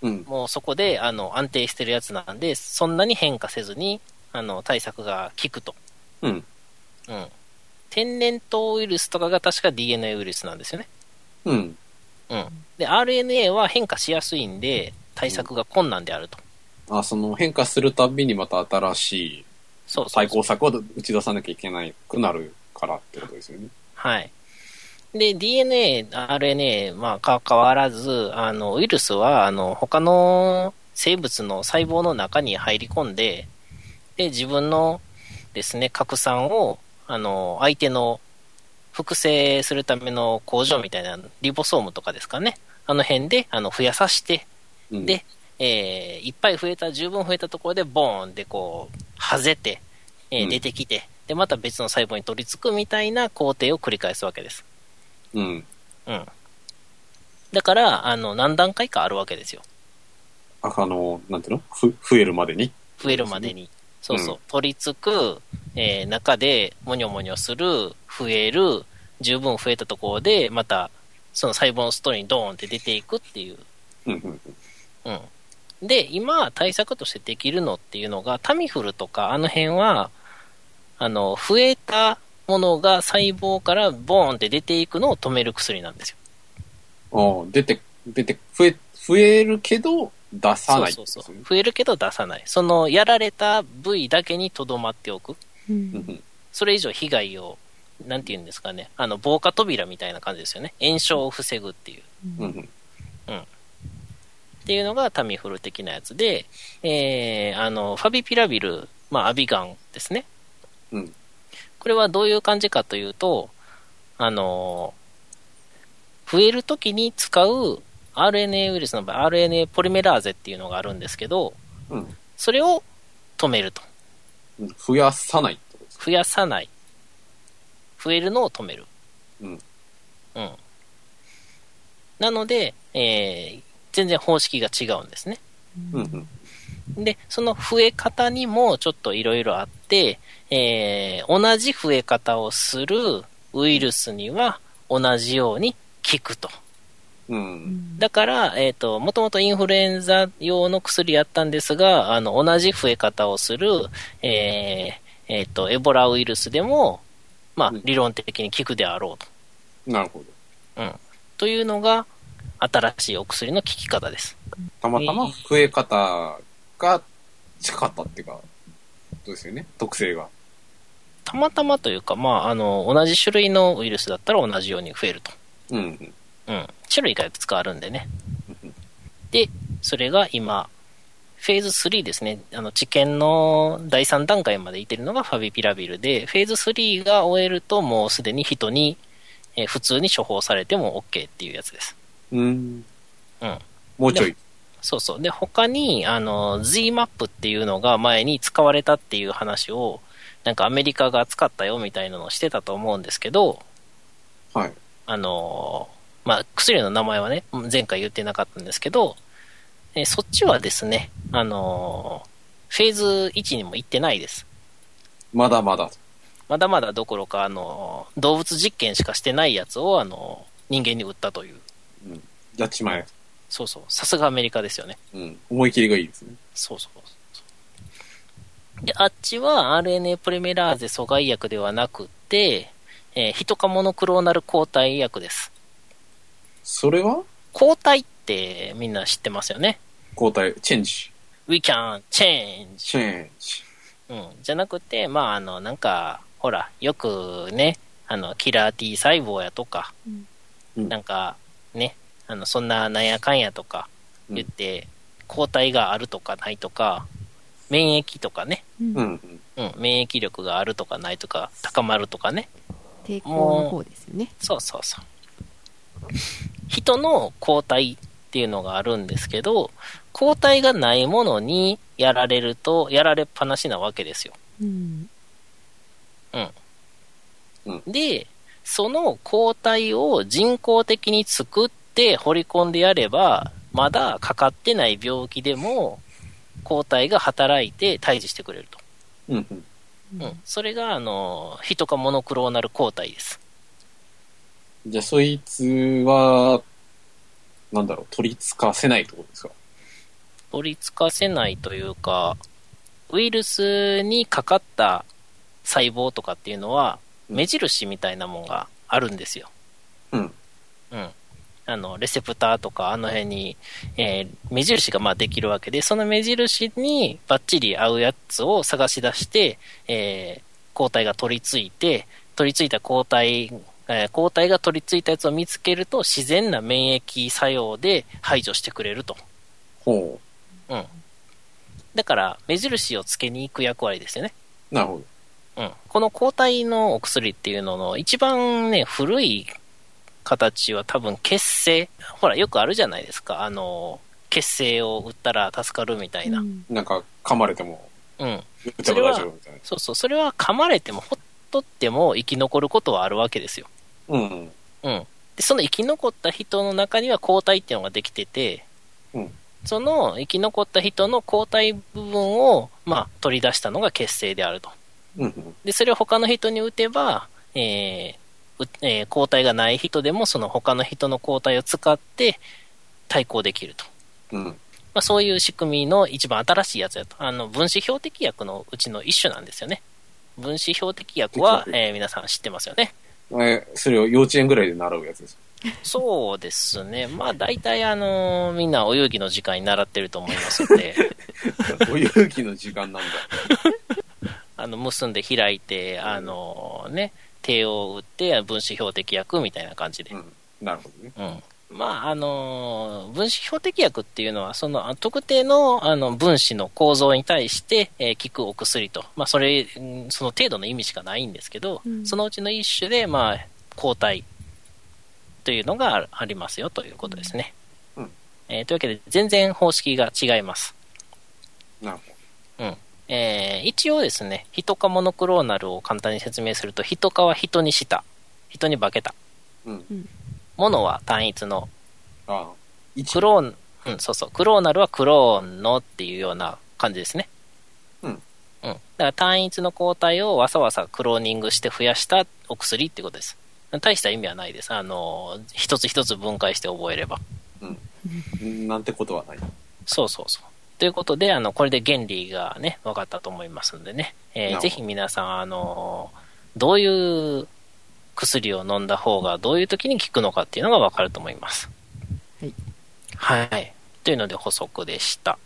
C: うん。
D: もうそこで、あの、安定してるやつなんで、そんなに変化せずに、あの、対策が効くと。
C: うん。
D: うん。天然痘ウイルスとかが確か DNA ウイルスなんですよね。
C: うん。
D: うん、で RNA は変化しやすいんで対策が困難であると、
C: あ、その変化するたびにまた新しい
D: そうそう
C: 対
D: そ
C: 抗
D: う
C: 策を打ち出さなきゃいけないくなるからってことですよね。
D: はいで DNA、RNA、まあ、か変わらず、あの、ウイルスは、あの、他の生物の細胞の中に入り込んで、で、自分のですね、核酸を、あの、相手の複製するための工場みたいな、リボソームとかですかね、あの辺で、あの、増やさして、
C: うん、
D: で、えーいっぱい増えた、十分増えたところで、ボーンってこう、はぜて、えー
C: うん
D: 出てきて、で、また別の細胞に取り付くみたいな工程を繰り返すわけです。
C: うん。
D: うん。だから、あの、何段階かあるわけですよ。
C: ああの、なんていうのふ増えるまでに。
D: 増えるまでに。
C: そ
D: そうう
C: ですね
D: そう。
C: うん
D: 取り付く、えー中で、もにょもにょする、増える、十分増えたところで、また、その細胞の外にドーンって出ていくっていう
C: うんうん
D: うん。で、今、対策としてできるのっていうのが、タミフルとか、あの辺は、あの、増えたものが細胞からボーンって出ていくのを止める薬なんですよ。
C: うん。ああ、出て、出て、増え、増えるけど、出さ
D: そう
C: ないってこ
D: そう
C: と
D: そ
C: ですね
D: う。増えるけど出さない。その、やられた部位だけにとどまっておく。
A: う
C: うん
A: ん。
C: うん
D: それ以上被害を、なんて言うんですかね。あの、防火扉みたいな感じですよね。炎症を防ぐっていう。
A: う。、
C: うんん
D: っていうのがタミフル的なやつで、えー、あの、ファビピラビル、まあ、アビガンですね。
C: うん
D: これはどういう感じかというと、あの、増えるときに使う RNA ウイルスの場合、RNA ポリメラーゼっていうのがあるんですけど、
C: うんうん
D: それを止めると。
C: うん。増やさないってことですか
D: 増やさない。増えるのを止める。
C: うん。
D: うん。なので、えー、全然方式が違うんですね。
C: うんうん。
D: で、その増え方にもちょっといろいろあって、えー同じ増え方をするウイルスには同じように効くと。
C: うん。
D: だから、えっ、と、もともとインフルエンザ用の薬やったんですが、あの、同じ増え方をする、えーえっ、と、エボラウイルスでも、まあ
C: うん、
D: 理論的に効くであろうと。
C: なるほど。
D: うん。というのが、新しいお薬の効き方です。
C: たまたま増え方が近かったっていうか、そうですよね。特性が。
D: たまたまというか、まあ、あの、同じ種類のウイルスだったら同じように増えると。
C: うんうん。
D: うん。種類がいくつかあるんでね
C: うん。
D: で、それが今、フェーズ3ですね。あの、治験の第3段階までいってるのがファビピラビルで、フェーズ3が終えるともうすでに人に、えー普通に処方されても OK っていうやつです。
C: うん。
D: うん。
C: もうちょい。
D: そうそう。で、他に、あの、Z マップっていうのが前に使われたっていう話を、なんかアメリカが使ったよみたいなのをしてたと思うんですけど、
C: はい。
D: あの、まあ、薬の名前はね、前回言ってなかったんですけど、えそっちはですね、あの、フェーズ1にも行ってないです。
C: まだまだ。
D: まだまだどころか、あの、動物実験しかしてないやつを、あの、人間に売ったという。
C: やっちまえ。
D: そうそう。さすがアメリカですよね。
C: うん。思い切りがいいですね。
D: そうそうそう。で、あっちは RNA ポリメラーゼ阻害薬ではなくて、えーヒトカモノクローナル抗体薬です。
C: それは
D: 抗体ってみんな知ってますよね。
C: 交代、チェンジ。
D: We can change.
C: チェンジ。
D: うん。じゃなくて、まあ、あの、なんか、ほら、よくね、あの、キラー T 細胞やとか、
C: うん
D: なんか、ね、あの、そんななんやかんやとか言って、抗体があるとかないとか、免疫とかね、
C: うんん。
D: うん、免疫力があるとかないとか、高まるとかね。
A: 抵抗の方ですよね
D: そうそうそう。人の抗体っていうのがあるんですけど、抗体がないものにやられると、やられっぱなしなわけですよ。
A: うん
D: で、その抗体を人工的に作って掘り込んでやれば、まだかかってない病気でも、抗体が働いて退治してくれると。
C: うん。うん。
D: うん。それが、あの、ヒトカモノクローナル抗体です。
C: じゃあ、そいつは、なんだろう、取りつかせないってことですか
D: 取り付かせないというか、ウイルスにかかった細胞とかっていうのは、
C: うん
D: 目印みたいなもんがあるんですよ。
C: うん。
D: うん。あの、レセプターとか、あの辺に、えー目印がまあできるわけで、その目印にバッチリ合うやつを探し出して、えー抗体が取り付いて、取り付いた抗体、えー抗体が取り付いたやつを見つけると、自然な免疫作用で排除してくれると。
C: ほ
D: うん。だから、目印をつけに行く役割ですよね。
C: う。なるほど。
D: うん。この抗体のお薬っていうのの一番ね、古い形は多分血清。ほら、よくあるじゃないですか。あの、血清を売ったら助かるみたいな。うん。
C: なんか、噛まれても、打て
D: それ
C: ば
D: は
C: 大丈夫みたいな。
D: そうそう。それは噛まれてもほっとっても生き残ることはあるわけですよ。
C: うん。
D: うん。で、その生き残った人の中には抗体っていうのができてて、
C: うん
D: その生き残った人の抗体部分を、まあ、取り出したのが血清であると。
C: うん。
D: で、それを他の人に打てば、えーうえー抗体がない人でも、その他の人の抗体を使って対抗できると。
C: うん。
D: まあ、そういう仕組みの一番新しいやつやと。あの、分子標的薬のうちの一種なんですよね。分子標的薬は、
C: 的
D: えー皆さん知ってますよね。
C: え、それを幼稚園ぐらいで習うやつです。
D: そうですね。まあ、大体、あのみんなお遊戯の時間に習ってると思いますので、
C: [LAUGHS] お勇気の時間なんだ。
D: あの、結んで開いて、あのね、手を打って、分子標的薬みたいな感じで
C: う。ん。なるほどね。
D: うん。まあ、あの分子標的薬っていうのは、そのあ特定のあの分子の構造に対して、えー効くお薬と、まあ、それ、うんその程度の意味しかないんですけど、
A: うん
D: そのうちの一種で、まあ、抗体というのがあありますよということですね。
C: うん
D: えーというわけで、全然方式が違います。
C: なるほ
D: えー一応ですね、ヒトカモノクローナルを簡単に説明すると、ヒトカは人にした、人に化けた、
C: ど。うん。
D: モノは単一の、
C: ああ。一
D: クローン、うん、そうそう、クローナルはクローンのっていうような感じですね。
C: うん
D: うん。だから単一の抗体をわさわさクローニングして増やしたお薬ってことです。大した意味はないです。あの、一つ一つ分解して覚えれば。
C: なんてことはない。
D: そうそうそう。ということで、あの、これで原理がね、分かったと思いますんでね。
C: な
D: え
C: るほ
D: ー
C: ど
D: ぜひ皆さん、あの、どういう薬を飲んだ方が、どういう時に効くのかっていうのが分かると思います。
A: はい。
D: はい。というので補足でした。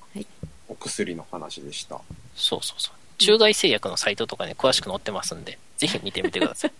C: お薬の話でした。
D: そうそうそう。中外製薬のサイトとかに詳しく載ってますんで、ぜひ見てみてください。